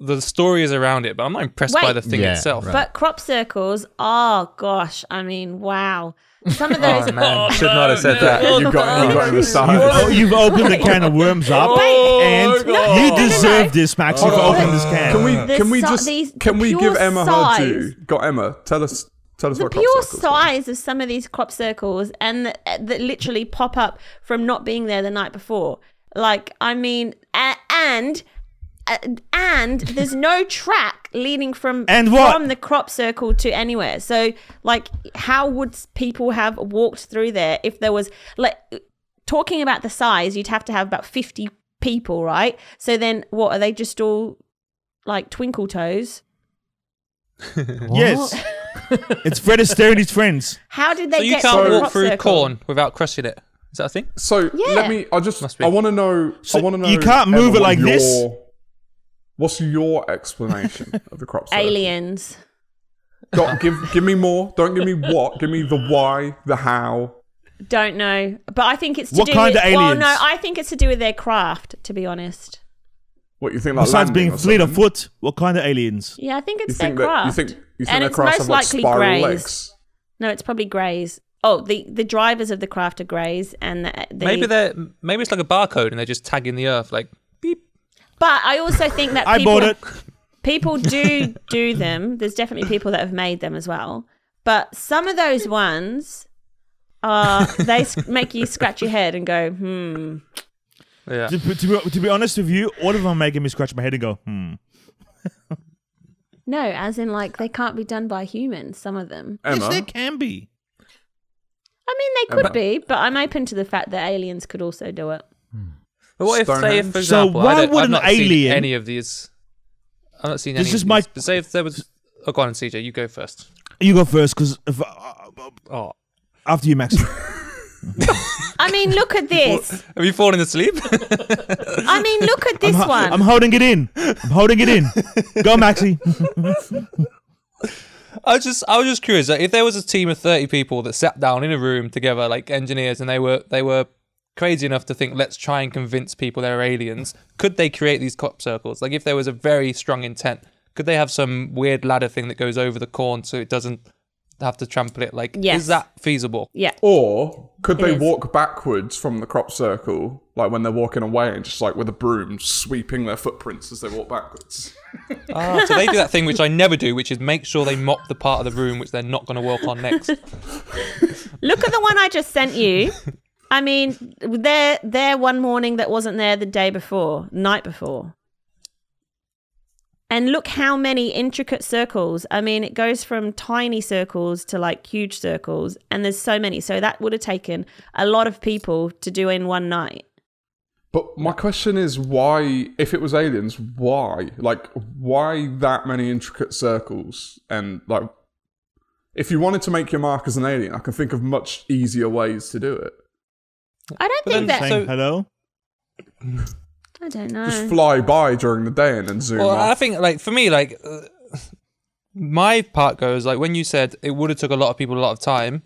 [SPEAKER 5] the stories around it, but I'm not impressed by
[SPEAKER 6] Wait.
[SPEAKER 5] the thing
[SPEAKER 2] Yeah,
[SPEAKER 5] itself.
[SPEAKER 2] right.
[SPEAKER 6] But crop circles, oh gosh, I mean, wow. Some of those.
[SPEAKER 5] Oh man, should not have said that.
[SPEAKER 4] You got, you got in the
[SPEAKER 3] You've,
[SPEAKER 4] style. Oh,
[SPEAKER 3] you've opened the can of worms up,
[SPEAKER 6] Oh, Wait.
[SPEAKER 3] and
[SPEAKER 6] No,
[SPEAKER 3] you
[SPEAKER 6] no, no,
[SPEAKER 3] deserve
[SPEAKER 6] no.
[SPEAKER 3] this, Max.
[SPEAKER 4] Hold
[SPEAKER 3] You've
[SPEAKER 4] on.
[SPEAKER 3] opened this can.
[SPEAKER 4] Can we
[SPEAKER 6] The
[SPEAKER 4] can we
[SPEAKER 6] si-
[SPEAKER 4] just
[SPEAKER 6] these- the
[SPEAKER 4] can we
[SPEAKER 6] pure
[SPEAKER 4] give Emma her due?
[SPEAKER 6] size.
[SPEAKER 4] Got Emma. Tell us tell us
[SPEAKER 6] the
[SPEAKER 4] what
[SPEAKER 6] pure
[SPEAKER 4] Cross Circles are.
[SPEAKER 6] size of some of these crop circles and th- uh, that literally pop up from not being there the night before like i mean a- and uh, and there's no track leading from
[SPEAKER 3] And what?
[SPEAKER 6] from the crop circle to anywhere so like how would s- people have walked through there if there was like talking about the size you'd have to have about 50 people right so then what are they just all like twinkle toes
[SPEAKER 3] Yes. it's Fred Astaire and his friends.
[SPEAKER 6] how did they
[SPEAKER 5] So you
[SPEAKER 6] get to
[SPEAKER 5] can't
[SPEAKER 6] the
[SPEAKER 5] walk
[SPEAKER 6] crop
[SPEAKER 5] through
[SPEAKER 6] circle?
[SPEAKER 5] corn without crushing it. Is that a thing?
[SPEAKER 4] So
[SPEAKER 6] Yeah.
[SPEAKER 4] let me. I just.
[SPEAKER 5] Must be.
[SPEAKER 4] I want to know.
[SPEAKER 3] So
[SPEAKER 4] I want to know.
[SPEAKER 3] you can't move
[SPEAKER 4] Emma,
[SPEAKER 3] it like
[SPEAKER 4] what
[SPEAKER 3] this?
[SPEAKER 4] your- What's your explanation of the crop circle?
[SPEAKER 6] aliens
[SPEAKER 4] Don't give give me more. Don't give me what. Give me the why, the how.
[SPEAKER 6] Don't know, but I think it's to
[SPEAKER 3] What
[SPEAKER 6] do
[SPEAKER 3] kind
[SPEAKER 6] with,
[SPEAKER 3] of
[SPEAKER 6] Well,
[SPEAKER 3] aliens?
[SPEAKER 6] no, I think it's to do with their craft. To be honest,
[SPEAKER 4] What you think? Like
[SPEAKER 3] Besides
[SPEAKER 4] landing
[SPEAKER 3] being
[SPEAKER 4] or
[SPEAKER 3] fleet of
[SPEAKER 4] something?
[SPEAKER 3] foot, what kind of aliens?
[SPEAKER 6] yeah, I think it's
[SPEAKER 4] You
[SPEAKER 6] their
[SPEAKER 4] think that
[SPEAKER 6] craft.
[SPEAKER 4] you think you think
[SPEAKER 6] and
[SPEAKER 4] the
[SPEAKER 6] it's
[SPEAKER 4] crafts
[SPEAKER 6] most
[SPEAKER 4] have like
[SPEAKER 6] likely
[SPEAKER 4] spiral
[SPEAKER 6] greys.
[SPEAKER 4] legs?
[SPEAKER 6] No, it's probably greys. Oh, the the drivers of the craft are greys, and the, the,
[SPEAKER 5] Maybe they're maybe it's like a barcode and they're just tagging the earth like beep.
[SPEAKER 6] But I also think that
[SPEAKER 3] I
[SPEAKER 6] people,
[SPEAKER 3] bought it.
[SPEAKER 6] people do do them. There's definitely people that have made them as well. But some of those ones are they s- make you scratch your head and go, hmm.
[SPEAKER 5] Yeah.
[SPEAKER 3] To, be- to be, to be honest with you, all of them are making me scratch my head and go, hmm.
[SPEAKER 6] No, as in like they can't be done by humans. Some of them.
[SPEAKER 3] Yes, there
[SPEAKER 4] Emma,
[SPEAKER 3] can be.
[SPEAKER 6] I mean, they could be, but I'm open to the fact that aliens could also do it.
[SPEAKER 5] But what if, say,
[SPEAKER 4] Stonehenge?
[SPEAKER 5] if, for
[SPEAKER 3] So
[SPEAKER 5] example,
[SPEAKER 3] why
[SPEAKER 5] I don't,
[SPEAKER 3] would
[SPEAKER 5] I've
[SPEAKER 3] an
[SPEAKER 5] not seen
[SPEAKER 3] alien-
[SPEAKER 5] any of these? I've not seen
[SPEAKER 3] This
[SPEAKER 5] any.
[SPEAKER 3] is
[SPEAKER 5] of
[SPEAKER 3] my-
[SPEAKER 5] these. But say if there was. Oh, go on, CJ. You go first.
[SPEAKER 3] You go first, because
[SPEAKER 5] Oh,
[SPEAKER 3] uh, after you, Max.
[SPEAKER 6] I mean, look at this.
[SPEAKER 5] have you fallen asleep?
[SPEAKER 6] I mean, look at this
[SPEAKER 3] I'm, ho-
[SPEAKER 6] one.
[SPEAKER 3] I'm holding it in. I'm holding it in. Go, Maxi.
[SPEAKER 5] I was just, I was just curious. Like, if there was a team of thirty people that sat down in a room together, like engineers, and they were, they were crazy enough to think, let's try and convince people they're aliens. Could they create these crop circles? Like, if there was a very strong intent, could they have some weird ladder thing that goes over the corn so it doesn't have to trample it? Like,
[SPEAKER 6] Yes.
[SPEAKER 5] is that feasible?
[SPEAKER 6] yeah.
[SPEAKER 4] or could they
[SPEAKER 6] is.
[SPEAKER 4] walk backwards from the crop circle, like when they're walking away, and just like with a broom, sweeping their footprints as they walk backwards?
[SPEAKER 5] Ah, so they do that thing which I never do, which is make sure they mop the part of the room which they're not going to work on next.
[SPEAKER 6] Look at the one I just sent you. I mean, there, there one morning that wasn't there the day before, night before. And look how many intricate circles. I mean, it goes from tiny circles to like huge circles, and there's so many. So that would have taken a lot of people to do in one night.
[SPEAKER 4] But my question is why, if it was aliens, why? Like, why that many intricate circles? And, like, if you wanted to make your mark as an alien, I can think of much easier ways to do it.
[SPEAKER 6] I don't
[SPEAKER 5] But
[SPEAKER 6] think
[SPEAKER 5] then
[SPEAKER 6] that.
[SPEAKER 3] Saying
[SPEAKER 5] So-
[SPEAKER 3] hello.
[SPEAKER 6] I don't know.
[SPEAKER 4] Just fly by during the day and then zoom
[SPEAKER 5] Mm. Well, I
[SPEAKER 4] off.
[SPEAKER 5] think like for me, like uh, my part goes like when you said it would have took a lot of people a lot of time.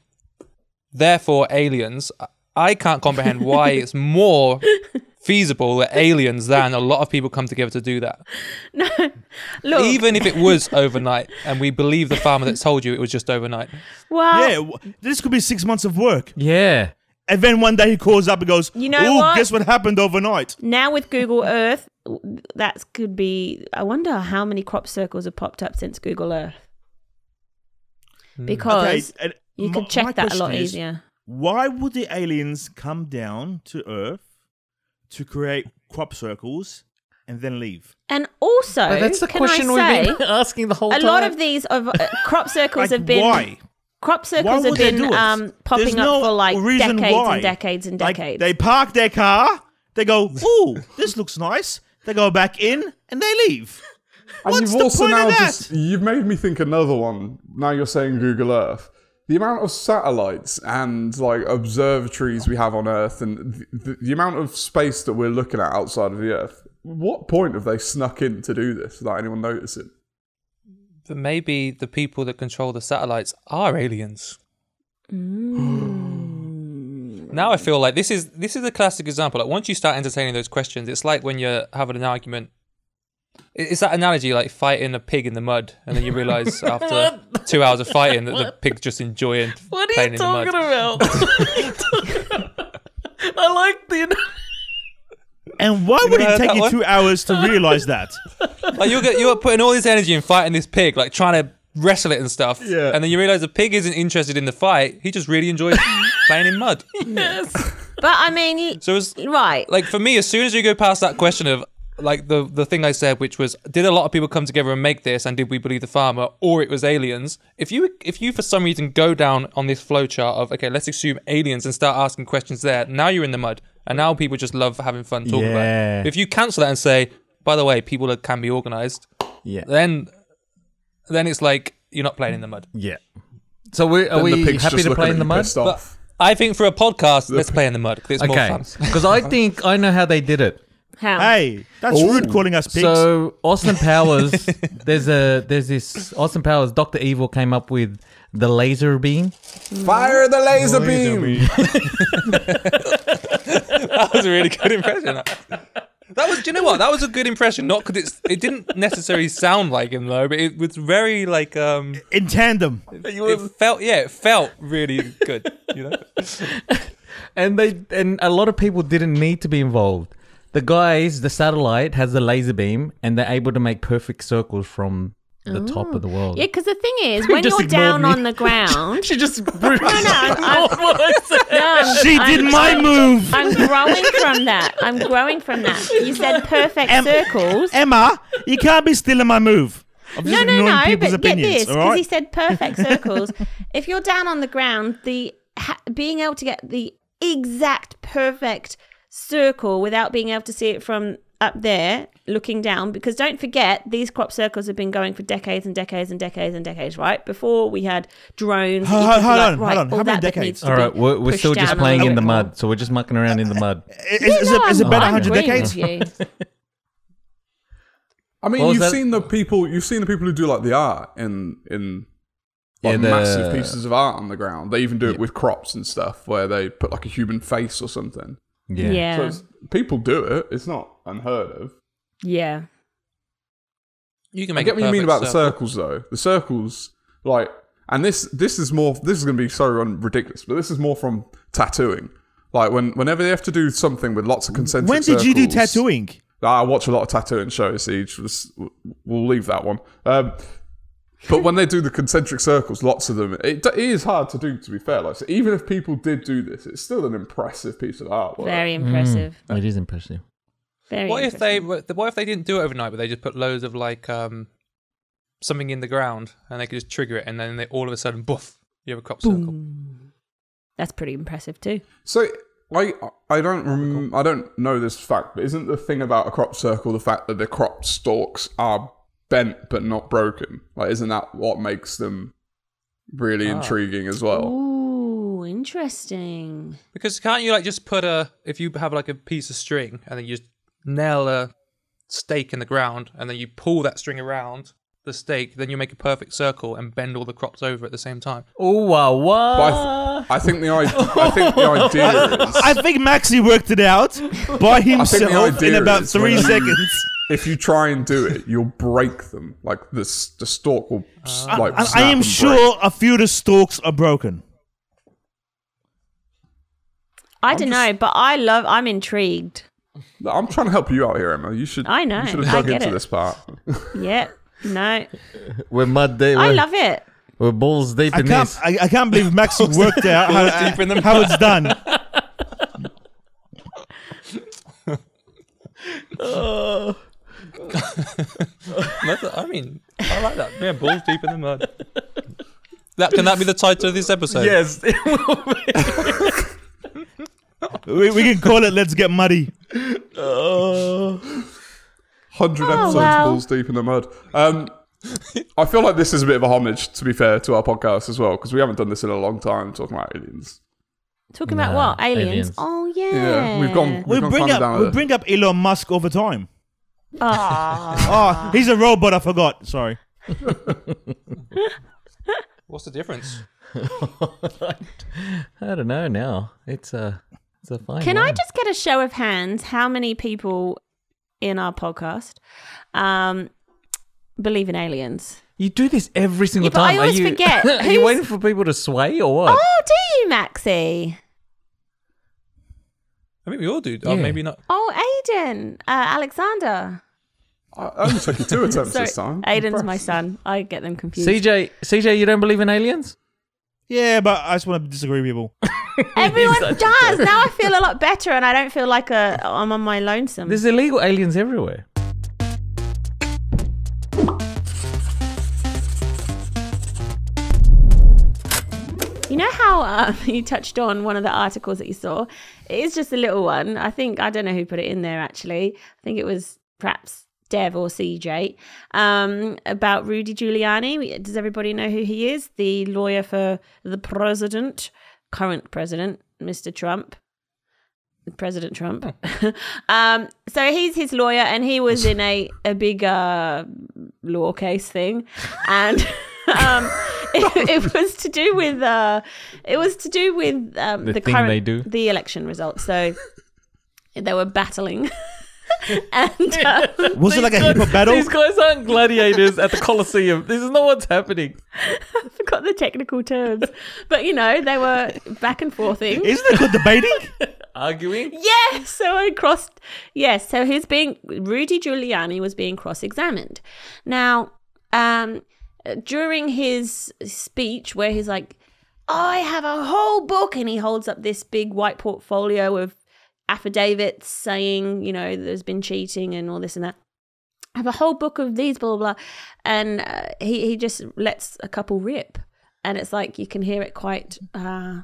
[SPEAKER 5] Therefore, aliens. I- I can't comprehend why it's more feasible that aliens than a lot of people come together to do that.
[SPEAKER 6] Look,
[SPEAKER 5] Even if it was overnight, and we believe the farmer that told you it was just overnight.
[SPEAKER 6] well,
[SPEAKER 3] Yeah, w- this could be six months of work.
[SPEAKER 2] Yeah.
[SPEAKER 3] And then one day he calls up and goes,
[SPEAKER 6] You know
[SPEAKER 3] Ooh,
[SPEAKER 6] what?
[SPEAKER 3] guess what happened overnight?
[SPEAKER 6] now with Google Earth, that could be. I wonder how many crop circles have popped up since Google Earth.
[SPEAKER 5] Hmm.
[SPEAKER 6] Because
[SPEAKER 3] and
[SPEAKER 6] you
[SPEAKER 3] my-
[SPEAKER 6] could check
[SPEAKER 3] my
[SPEAKER 6] that a
[SPEAKER 3] question
[SPEAKER 6] lot
[SPEAKER 3] is,
[SPEAKER 6] easier.
[SPEAKER 3] Why would the aliens come down to Earth to create crop circles and then leave?
[SPEAKER 6] And also,
[SPEAKER 3] Oh,
[SPEAKER 2] But that's the
[SPEAKER 6] can
[SPEAKER 2] question
[SPEAKER 6] I
[SPEAKER 2] we've
[SPEAKER 6] say,
[SPEAKER 2] been asking the whole
[SPEAKER 6] a
[SPEAKER 2] time.
[SPEAKER 6] lot of these of uh, crop circles
[SPEAKER 3] Like,
[SPEAKER 6] have been
[SPEAKER 3] why?
[SPEAKER 6] crop circles
[SPEAKER 3] Why
[SPEAKER 6] have
[SPEAKER 3] would they
[SPEAKER 6] been
[SPEAKER 3] do it?
[SPEAKER 6] um, popping
[SPEAKER 3] There's
[SPEAKER 6] up
[SPEAKER 3] no
[SPEAKER 6] for like
[SPEAKER 3] reason
[SPEAKER 6] decades
[SPEAKER 3] why.
[SPEAKER 6] and decades and
[SPEAKER 3] Like,
[SPEAKER 6] decades.
[SPEAKER 3] they park their car, they go, ooh, this looks nice. They go back in and they leave.
[SPEAKER 4] and
[SPEAKER 3] what's the point of that?
[SPEAKER 4] you've made me think another one. Now you're saying Google Earth. The amount of satellites and like observatories we have on Earth, and the, the amount of space that we're looking at outside of the Earth. What point have they snuck in to do this without anyone noticing?
[SPEAKER 5] But maybe the people that control the satellites are aliens.
[SPEAKER 2] Mm.
[SPEAKER 5] now I feel like this is this is a classic example. Like once you start entertaining those questions, it's like when you're having an argument. I- It's that analogy like fighting a pig in the mud, and then you realize after two hours of fighting that the pig's just enjoying
[SPEAKER 2] What are
[SPEAKER 5] playing
[SPEAKER 2] you
[SPEAKER 5] in the mud.
[SPEAKER 2] talking about? I like the.
[SPEAKER 3] And why would
[SPEAKER 5] heard
[SPEAKER 3] it take
[SPEAKER 5] that
[SPEAKER 3] you
[SPEAKER 5] one?
[SPEAKER 3] two hours to realize that?
[SPEAKER 5] Like you're go- you're putting all this energy in fighting this pig, like trying to wrestle it and stuff.
[SPEAKER 4] Yeah.
[SPEAKER 5] And then you realize the pig isn't interested in the fight. He just really enjoys playing in mud.
[SPEAKER 6] but I mean, you,
[SPEAKER 5] So it's
[SPEAKER 6] right?
[SPEAKER 5] like for me, as soon as you go past that question of like the the thing I said, which was, did a lot of people come together and make this, and did we believe the farmer, or it was aliens? If you if you for some reason go down on this flowchart of okay, let's assume aliens and start asking questions there, now you're in the mud, and now people just love having fun talking
[SPEAKER 2] Yeah.
[SPEAKER 5] about. It. If you cancel that and say, by the way, people that can be organised,
[SPEAKER 2] Yeah.
[SPEAKER 5] then then it's like you're not playing in the mud.
[SPEAKER 2] Yeah. So we are
[SPEAKER 4] Then
[SPEAKER 2] we
[SPEAKER 4] pig's
[SPEAKER 2] happy
[SPEAKER 4] just
[SPEAKER 2] to
[SPEAKER 4] looking
[SPEAKER 2] play
[SPEAKER 4] at
[SPEAKER 2] in the
[SPEAKER 4] you
[SPEAKER 2] mud?
[SPEAKER 4] pissed off.
[SPEAKER 5] I think for a podcast, let's play in the mud. 'cause It's
[SPEAKER 2] Okay,
[SPEAKER 5] more fun.
[SPEAKER 2] because I think I know how they did it.
[SPEAKER 6] How?
[SPEAKER 3] hey, that's rude calling us pigs.
[SPEAKER 2] So Austin Powers, there's a there's this Austin Powers. Doctor Evil came up with the laser beam.
[SPEAKER 4] Fire the laser, beam.
[SPEAKER 5] That was a really good impression. That was, do you know what? That was a good impression. Not because it's, it didn't necessarily sound like him though, but it was very like um.
[SPEAKER 3] in tandem.
[SPEAKER 5] It felt, yeah, it felt really good. You know,
[SPEAKER 2] and they and a lot of people didn't need to be involved. The guys, the satellite has the laser beam, and they're able to make perfect circles from the top of the world.
[SPEAKER 6] Yeah, because the thing is, when
[SPEAKER 2] just
[SPEAKER 6] you're
[SPEAKER 2] ignored
[SPEAKER 6] down
[SPEAKER 2] me.
[SPEAKER 6] on the ground,
[SPEAKER 2] she just no, no,
[SPEAKER 6] no,
[SPEAKER 3] She did my move.
[SPEAKER 6] I'm growing from that. I'm growing from that. You said perfect
[SPEAKER 3] Em-
[SPEAKER 6] circles.
[SPEAKER 3] Emma, you can't be stealing my move. I'm just
[SPEAKER 6] No, no,
[SPEAKER 3] ignoring
[SPEAKER 6] no.
[SPEAKER 3] people's
[SPEAKER 6] But
[SPEAKER 3] opinions,
[SPEAKER 6] get this, because
[SPEAKER 3] all
[SPEAKER 6] he
[SPEAKER 3] right?
[SPEAKER 6] said perfect circles. if you're down on the ground, the ha- being able to get the exact perfect circle without being able to see it from up there, looking down, because don't forget these crop circles have been going for decades and decades and decades and decades. Right before we had drones. that
[SPEAKER 3] Hold-
[SPEAKER 6] you could be like,
[SPEAKER 3] hold on, hold
[SPEAKER 6] right,
[SPEAKER 3] on.
[SPEAKER 6] all
[SPEAKER 3] How many
[SPEAKER 6] that that
[SPEAKER 3] decades?
[SPEAKER 6] needs to
[SPEAKER 2] All
[SPEAKER 6] be
[SPEAKER 2] right, we're, we're
[SPEAKER 6] pushed
[SPEAKER 2] still just
[SPEAKER 6] down on
[SPEAKER 2] playing in the
[SPEAKER 6] circle.
[SPEAKER 2] mud, so we're just mucking around in the mud.
[SPEAKER 3] Is,
[SPEAKER 6] Yeah,
[SPEAKER 3] is
[SPEAKER 6] no,
[SPEAKER 3] it, is it
[SPEAKER 6] I'm-
[SPEAKER 3] better
[SPEAKER 6] I'm
[SPEAKER 3] 100
[SPEAKER 6] agreeing
[SPEAKER 3] decades?
[SPEAKER 6] with you.
[SPEAKER 4] I mean,
[SPEAKER 2] What was
[SPEAKER 4] you've
[SPEAKER 2] that?
[SPEAKER 4] seen the people. You've seen the people who do like the art in in like
[SPEAKER 2] Yeah, the-
[SPEAKER 4] massive pieces of art on the ground. They even do it with crops and stuff, where they put like a human face or something.
[SPEAKER 2] Yeah.
[SPEAKER 6] Yeah. Yeah.
[SPEAKER 4] So it's, people do it. It's not unheard of.
[SPEAKER 5] you can
[SPEAKER 4] I
[SPEAKER 5] make.
[SPEAKER 4] get
[SPEAKER 5] a
[SPEAKER 4] what you mean about
[SPEAKER 5] perfect
[SPEAKER 4] the
[SPEAKER 5] circle.
[SPEAKER 4] circles, though. The circles, like, and this this is more. This is going to be so un- ridiculous, but this is more from tattooing. Like when whenever they have to do something with lots of concentric.
[SPEAKER 3] When did you do
[SPEAKER 4] circles- Ah,
[SPEAKER 3] tattooing?
[SPEAKER 4] I watch a lot of tattooing shows, so you just- we'll leave that one. Um, but when they do the concentric circles, lots of them, it, it is hard to do. To be fair, like so even if
[SPEAKER 2] Mm.
[SPEAKER 4] people did do this, it's still an impressive piece of artwork.
[SPEAKER 6] Very impressive.
[SPEAKER 2] It is Hmm. impressive.
[SPEAKER 6] Very
[SPEAKER 5] What if they
[SPEAKER 6] interesting.
[SPEAKER 5] were- what if they didn't do it overnight, but they just put loads of like um something in the ground and they could just trigger it, and then they all of a sudden, boof, you have a crop circle.
[SPEAKER 6] That's pretty impressive too.
[SPEAKER 4] So I I don't rem- I don't know this fact, but isn't the thing about a crop circle the fact that the crop stalks are bent but not broken? Like, isn't that what makes them
[SPEAKER 3] Ah.
[SPEAKER 4] really intriguing as well?
[SPEAKER 6] Ooh, interesting.
[SPEAKER 5] Because can't you like just put a if you have like a piece of string and then you just nail a stake in the ground and then you pull that string around the stake, then you make a perfect circle and bend all the crops over at the same time.
[SPEAKER 2] Ooh, ah, wow,
[SPEAKER 4] But
[SPEAKER 2] wow.
[SPEAKER 4] I, th- I think the I, I think the idea is
[SPEAKER 3] Ah. I think Maxi worked it out by himself in
[SPEAKER 4] idea
[SPEAKER 3] about
[SPEAKER 4] is
[SPEAKER 3] three
[SPEAKER 4] when you-
[SPEAKER 3] seconds.
[SPEAKER 4] if you try and do it, you'll break them. Like the s- the stalk will s like.
[SPEAKER 3] Ah. I, I
[SPEAKER 4] snap
[SPEAKER 3] am
[SPEAKER 4] and break.
[SPEAKER 3] sure a few of the stalks are broken.
[SPEAKER 6] I don't know, but I love. I'm intrigued.
[SPEAKER 4] No, I'm trying to help you out here, Emma. You should.
[SPEAKER 6] I know,
[SPEAKER 4] You should have
[SPEAKER 6] I
[SPEAKER 4] dug
[SPEAKER 6] get
[SPEAKER 4] into
[SPEAKER 6] it.
[SPEAKER 4] this part.
[SPEAKER 6] Yeah. No,
[SPEAKER 2] We're mud deep.
[SPEAKER 6] I
[SPEAKER 2] We're,
[SPEAKER 6] love it.
[SPEAKER 2] we're balls deep
[SPEAKER 3] I
[SPEAKER 2] in
[SPEAKER 3] can't.
[SPEAKER 2] this.
[SPEAKER 3] I, I can't believe Maxi worked out how,
[SPEAKER 5] deep in the
[SPEAKER 3] how it's done.
[SPEAKER 5] That's- I mean, I like that. Yeah, balls deep in the mud. That can that be the title of this episode?
[SPEAKER 2] Yes.
[SPEAKER 3] We, we can call it "Let's Get Muddy."
[SPEAKER 4] Hundred episodes
[SPEAKER 6] Oh, wow.
[SPEAKER 4] balls deep in the mud. Um, I feel like this is a bit of a homage, to be fair, to our podcast as well, because we haven't done this in a long time talking about aliens.
[SPEAKER 6] Talking about what aliens?
[SPEAKER 2] aliens.
[SPEAKER 6] Oh yeah.
[SPEAKER 4] Yeah, we've gone.
[SPEAKER 3] We
[SPEAKER 4] We've gone
[SPEAKER 3] bring
[SPEAKER 4] kinda down with
[SPEAKER 3] up. We
[SPEAKER 4] it.
[SPEAKER 3] bring up Elon Musk over time.
[SPEAKER 6] Aw.
[SPEAKER 3] Oh, he's a robot. I forgot. Sorry.
[SPEAKER 5] What's the difference?
[SPEAKER 2] I don't know now. It's a it's a fine.
[SPEAKER 6] Can I
[SPEAKER 2] line.
[SPEAKER 6] just get a show of hands? How many people in our podcast um, believe in aliens?
[SPEAKER 2] You do this every single
[SPEAKER 6] Yeah, but I
[SPEAKER 2] time. Are
[SPEAKER 6] always
[SPEAKER 2] you,
[SPEAKER 6] forget.
[SPEAKER 2] are
[SPEAKER 6] Who's-
[SPEAKER 2] you waiting for people to sway or what?
[SPEAKER 6] Oh, do you, Maxie?
[SPEAKER 5] I think we all do. Oh,
[SPEAKER 2] Yeah.
[SPEAKER 5] maybe not.
[SPEAKER 6] Oh, Aiden, uh, Alexander.
[SPEAKER 4] I I only took you two attempts
[SPEAKER 6] Sorry,
[SPEAKER 4] this time.
[SPEAKER 6] Aiden's my son. I get them confused.
[SPEAKER 2] CJ, CJ, you don't believe in aliens?
[SPEAKER 3] Yeah, but I just want to disagree with people.
[SPEAKER 6] Everyone does. Now I feel a lot better, and I don't feel like a I'm on my lonesome.
[SPEAKER 2] There's illegal aliens everywhere.
[SPEAKER 6] You know how um, you touched on one of the articles that you saw? It is just a little one. I think, I don't know who put it in there actually. I think it was perhaps Dev or CJ um, about Rudy Giuliani. Does everybody know who he is? The lawyer for the president, current president, Mr. Trump. President Trump.
[SPEAKER 2] Hmm.
[SPEAKER 6] um, so he's his lawyer, and he was in a a big uh, law case thing, and um, it, it was to do with uh, it was to do with um,
[SPEAKER 2] The
[SPEAKER 6] the
[SPEAKER 2] thing
[SPEAKER 6] current
[SPEAKER 2] they do.
[SPEAKER 6] the election results. So they were battling, and uh,
[SPEAKER 3] Was it like a hip hop battle?
[SPEAKER 2] These guys aren't gladiators at the Colosseum. This is not what's happening.
[SPEAKER 6] I forgot the technical terms, but you know they were back and forthing.
[SPEAKER 3] Isn't it called debating?
[SPEAKER 2] Arguing?
[SPEAKER 6] Yes, so I crossed. Yes, so he's being Rudy Giuliani was being cross-examined. Now, um, during his speech, where he's like, "I have a whole book," and he holds up this big white portfolio of affidavits saying, you know, there's been cheating and all this and that. I have a whole book of these, blah blah, blah. and uh, he he just lets a couple rip, and it's like you can hear it quite. Uh,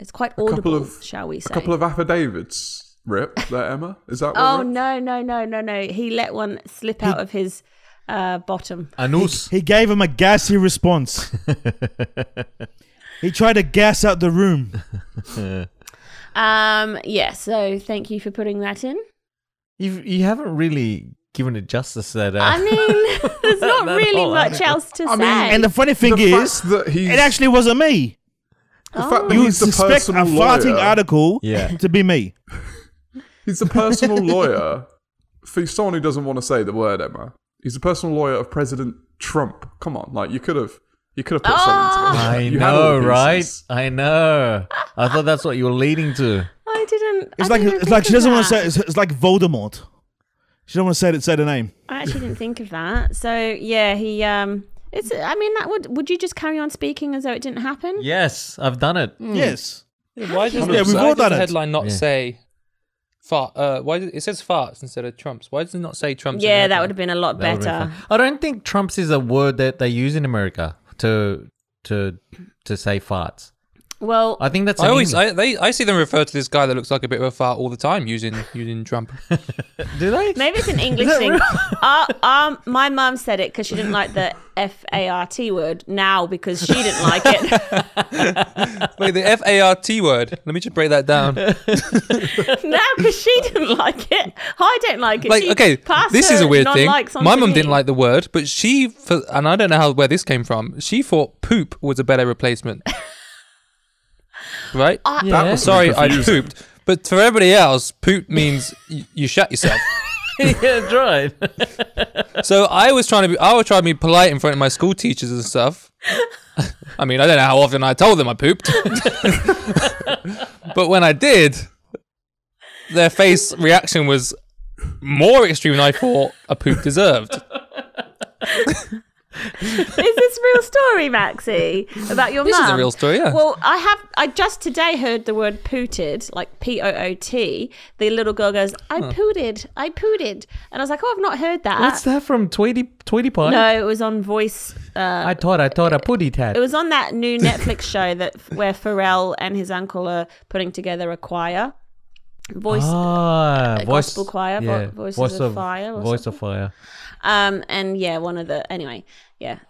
[SPEAKER 6] it's quite audible, shall we say?
[SPEAKER 4] A couple of affidavits. Rip there, Emma. Is that? what
[SPEAKER 6] Oh
[SPEAKER 4] we're-
[SPEAKER 6] no no no no no! He let one slip out of his uh, bottom.
[SPEAKER 2] Anus.
[SPEAKER 3] He gave him a gassy response. he tried to gas out the room.
[SPEAKER 6] Um, yeah. So thank you for putting that in.
[SPEAKER 2] You've, you haven't really given it justice that. Uh,
[SPEAKER 6] I mean, there's not
[SPEAKER 2] That
[SPEAKER 6] really
[SPEAKER 2] whole
[SPEAKER 6] much
[SPEAKER 2] article.
[SPEAKER 6] else to
[SPEAKER 4] I mean,
[SPEAKER 6] say.
[SPEAKER 3] And the funny thing
[SPEAKER 4] the
[SPEAKER 3] is,
[SPEAKER 4] fact that he's
[SPEAKER 3] it actually wasn't me.
[SPEAKER 4] the fact that
[SPEAKER 3] You would
[SPEAKER 4] he's the
[SPEAKER 3] suspect a
[SPEAKER 4] personal
[SPEAKER 3] farting
[SPEAKER 4] lawyer.
[SPEAKER 3] article
[SPEAKER 2] Yeah.
[SPEAKER 3] to be me.
[SPEAKER 4] He's the personal lawyer for someone who doesn't want to say the word Emma. He's the personal lawyer of President Trump. Come on, like you could have, you could have put
[SPEAKER 6] Oh.
[SPEAKER 4] something together.
[SPEAKER 2] I
[SPEAKER 4] You had all
[SPEAKER 2] know,
[SPEAKER 4] the
[SPEAKER 2] right?
[SPEAKER 4] pieces.
[SPEAKER 2] I know. I thought that's what you were leading to.
[SPEAKER 6] I didn't.
[SPEAKER 3] It's
[SPEAKER 6] I
[SPEAKER 3] like
[SPEAKER 6] didn't
[SPEAKER 3] it's
[SPEAKER 6] think
[SPEAKER 3] like she
[SPEAKER 6] of
[SPEAKER 3] doesn't want to
[SPEAKER 6] that.
[SPEAKER 3] say. It's, it's like Voldemort. She don't want to say it. Say the name.
[SPEAKER 6] I actually didn't think of that. So yeah, he. Um, it's. I mean, that would. Would you just carry on speaking as though it didn't happen?
[SPEAKER 2] Yes, I've done it.
[SPEAKER 3] Yes.
[SPEAKER 6] Hmm.
[SPEAKER 5] Yeah, why does,
[SPEAKER 4] Yeah, we've
[SPEAKER 5] why
[SPEAKER 3] all
[SPEAKER 5] does
[SPEAKER 3] done
[SPEAKER 5] the
[SPEAKER 3] it.
[SPEAKER 5] headline not
[SPEAKER 2] Yeah.
[SPEAKER 5] say Fart. Uh, why did, it says farts instead of Trumps? Why does it not say Trumps? in
[SPEAKER 6] Yeah,
[SPEAKER 5] there?
[SPEAKER 6] that would have been a lot
[SPEAKER 2] That would've been
[SPEAKER 6] better.
[SPEAKER 2] fun. I don't think Trumps is a word that they use in America to to to say farts.
[SPEAKER 6] Well,
[SPEAKER 2] I think that's.
[SPEAKER 5] I
[SPEAKER 2] an
[SPEAKER 5] always
[SPEAKER 2] English-
[SPEAKER 5] I, they, I see them refer to this guy that looks like a bit of a fart all the time using using Trump.
[SPEAKER 2] do they?
[SPEAKER 6] maybe it's an English
[SPEAKER 2] that
[SPEAKER 6] thing.
[SPEAKER 2] real?
[SPEAKER 6] Uh, um, my mum said it because she didn't like the F A R T word. Now because she didn't like it.
[SPEAKER 5] Wait, the F A R T word. Let me just break that down.
[SPEAKER 6] now because she didn't like it. I don't like it.
[SPEAKER 5] Like,
[SPEAKER 6] She
[SPEAKER 5] okay,
[SPEAKER 6] passed
[SPEAKER 5] this is
[SPEAKER 6] her
[SPEAKER 5] a weird thing.
[SPEAKER 6] non-likes
[SPEAKER 5] My
[SPEAKER 6] onto
[SPEAKER 5] mum
[SPEAKER 6] me.
[SPEAKER 5] didn't like the word, but she, for, and I don't know how where this came from. She thought poop was a better replacement. right?
[SPEAKER 2] Yeah.
[SPEAKER 4] was
[SPEAKER 5] Sorry, I
[SPEAKER 4] confusing.
[SPEAKER 5] pooped. But for everybody else, poop means you, you shut yourself.
[SPEAKER 2] yeah, that's right.
[SPEAKER 5] So I was trying to be, I was trying to be polite in front of my school teachers and stuff. I mean, I don't know how often I told them I pooped, but when I did, their face reaction was more extreme than I thought a poop deserved.
[SPEAKER 6] Is this real story, Maxie, about your
[SPEAKER 5] This
[SPEAKER 6] mum?
[SPEAKER 5] is a real story. Yeah.
[SPEAKER 6] Well, I have. I just today heard the word pooted, like P O O T. The little girl goes, "I pooted, I pooted," and I was like, "Oh, I've not heard that."
[SPEAKER 2] What's that from Tweety Tweety Pie?
[SPEAKER 6] No, it was on Voice. Uh,
[SPEAKER 2] I thought I thought a putty tat.
[SPEAKER 6] it was on that new Netflix show that where Pharrell and his uncle are putting together a choir. Voice.
[SPEAKER 2] ah, voice,
[SPEAKER 6] gospel choir, vo- Voices
[SPEAKER 2] voice
[SPEAKER 6] of Fire or
[SPEAKER 2] voice of fire.
[SPEAKER 6] Um, and yeah, one of the anyway, yeah.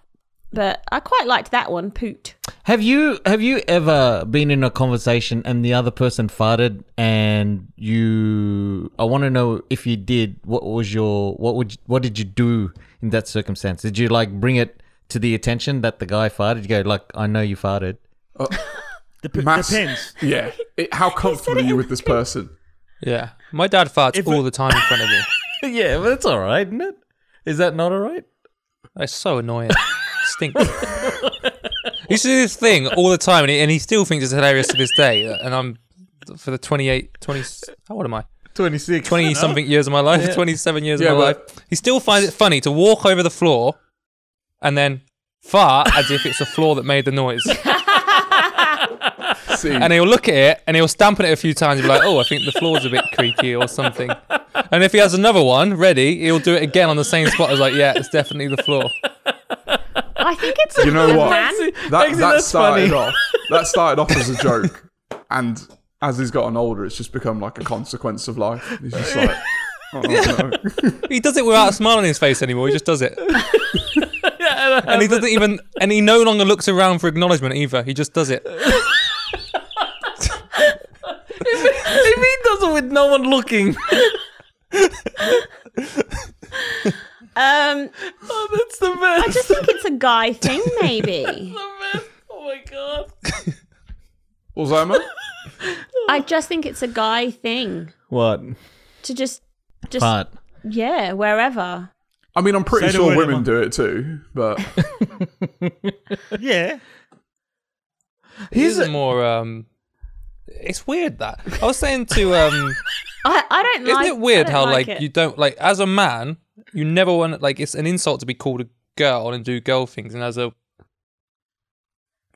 [SPEAKER 6] But I quite liked that one, poot.
[SPEAKER 2] Have you have you ever been in a conversation and the other person farted and you? I want to know if you did. What was your what would you- what did you do in that circumstance? Did you like bring it to the attention that the guy farted? You go like, I know you farted.
[SPEAKER 3] Dep-
[SPEAKER 4] Mass-
[SPEAKER 3] depends.
[SPEAKER 4] Yeah. It- how comfortable are you with this person?
[SPEAKER 5] yeah. My dad farts
[SPEAKER 3] If-
[SPEAKER 5] all the time in front of me.
[SPEAKER 2] yeah, but that's all right, isn't it? Is that not all right?
[SPEAKER 5] That's so annoying. Stink. He used to do this thing all the time, and he, and he still thinks it's hilarious to this day. And I'm for the 28, 20. How old am I?
[SPEAKER 2] Twenty six.
[SPEAKER 5] 20 something years of my life, 27 years
[SPEAKER 4] Yeah,
[SPEAKER 5] of my
[SPEAKER 4] but-
[SPEAKER 5] life. He still finds it funny to walk over the floor and then fart as if it's the floor that made the noise.
[SPEAKER 4] See,
[SPEAKER 5] And he'll look at it and he'll stamp on it a few times and be like, oh, I think the floor's a bit creaky or something. And if he has another one ready, he'll do it again on the same spot. I was like, yeah, it's definitely the floor.
[SPEAKER 6] I think it's a
[SPEAKER 4] You know
[SPEAKER 6] good
[SPEAKER 4] what?
[SPEAKER 6] man.
[SPEAKER 4] that,
[SPEAKER 2] Actually,
[SPEAKER 4] that
[SPEAKER 2] that's
[SPEAKER 4] started
[SPEAKER 2] funny.
[SPEAKER 4] off that started off as a joke and as he's gotten older it's just become like a consequence of life he's just like oh, no.
[SPEAKER 5] He does it without a smile on his face anymore. He just does it. and he doesn't even, and he no longer looks around for acknowledgement either. He just does it.
[SPEAKER 2] if he does it with no one looking,
[SPEAKER 6] Um,
[SPEAKER 2] oh, that's the best.
[SPEAKER 6] I just think it's a guy thing, maybe.
[SPEAKER 2] oh my god.
[SPEAKER 4] was that man?
[SPEAKER 6] I just think it's a guy thing
[SPEAKER 2] What?
[SPEAKER 6] to just, just
[SPEAKER 2] Fart.
[SPEAKER 6] yeah, wherever.
[SPEAKER 4] i mean i'm pretty
[SPEAKER 3] Say the
[SPEAKER 4] sure
[SPEAKER 3] word,
[SPEAKER 4] women
[SPEAKER 3] Emma.
[SPEAKER 4] do it too but
[SPEAKER 3] Yeah.
[SPEAKER 5] He's
[SPEAKER 2] Here's a-
[SPEAKER 5] more. Um, it's weird that I was saying to. Um,
[SPEAKER 6] I, I don't
[SPEAKER 5] isn't
[SPEAKER 6] like.
[SPEAKER 5] it weird
[SPEAKER 6] I don't
[SPEAKER 5] how like,
[SPEAKER 6] it.
[SPEAKER 5] you don't like as a man you never want like it's an insult to be called a girl and do girl things and as a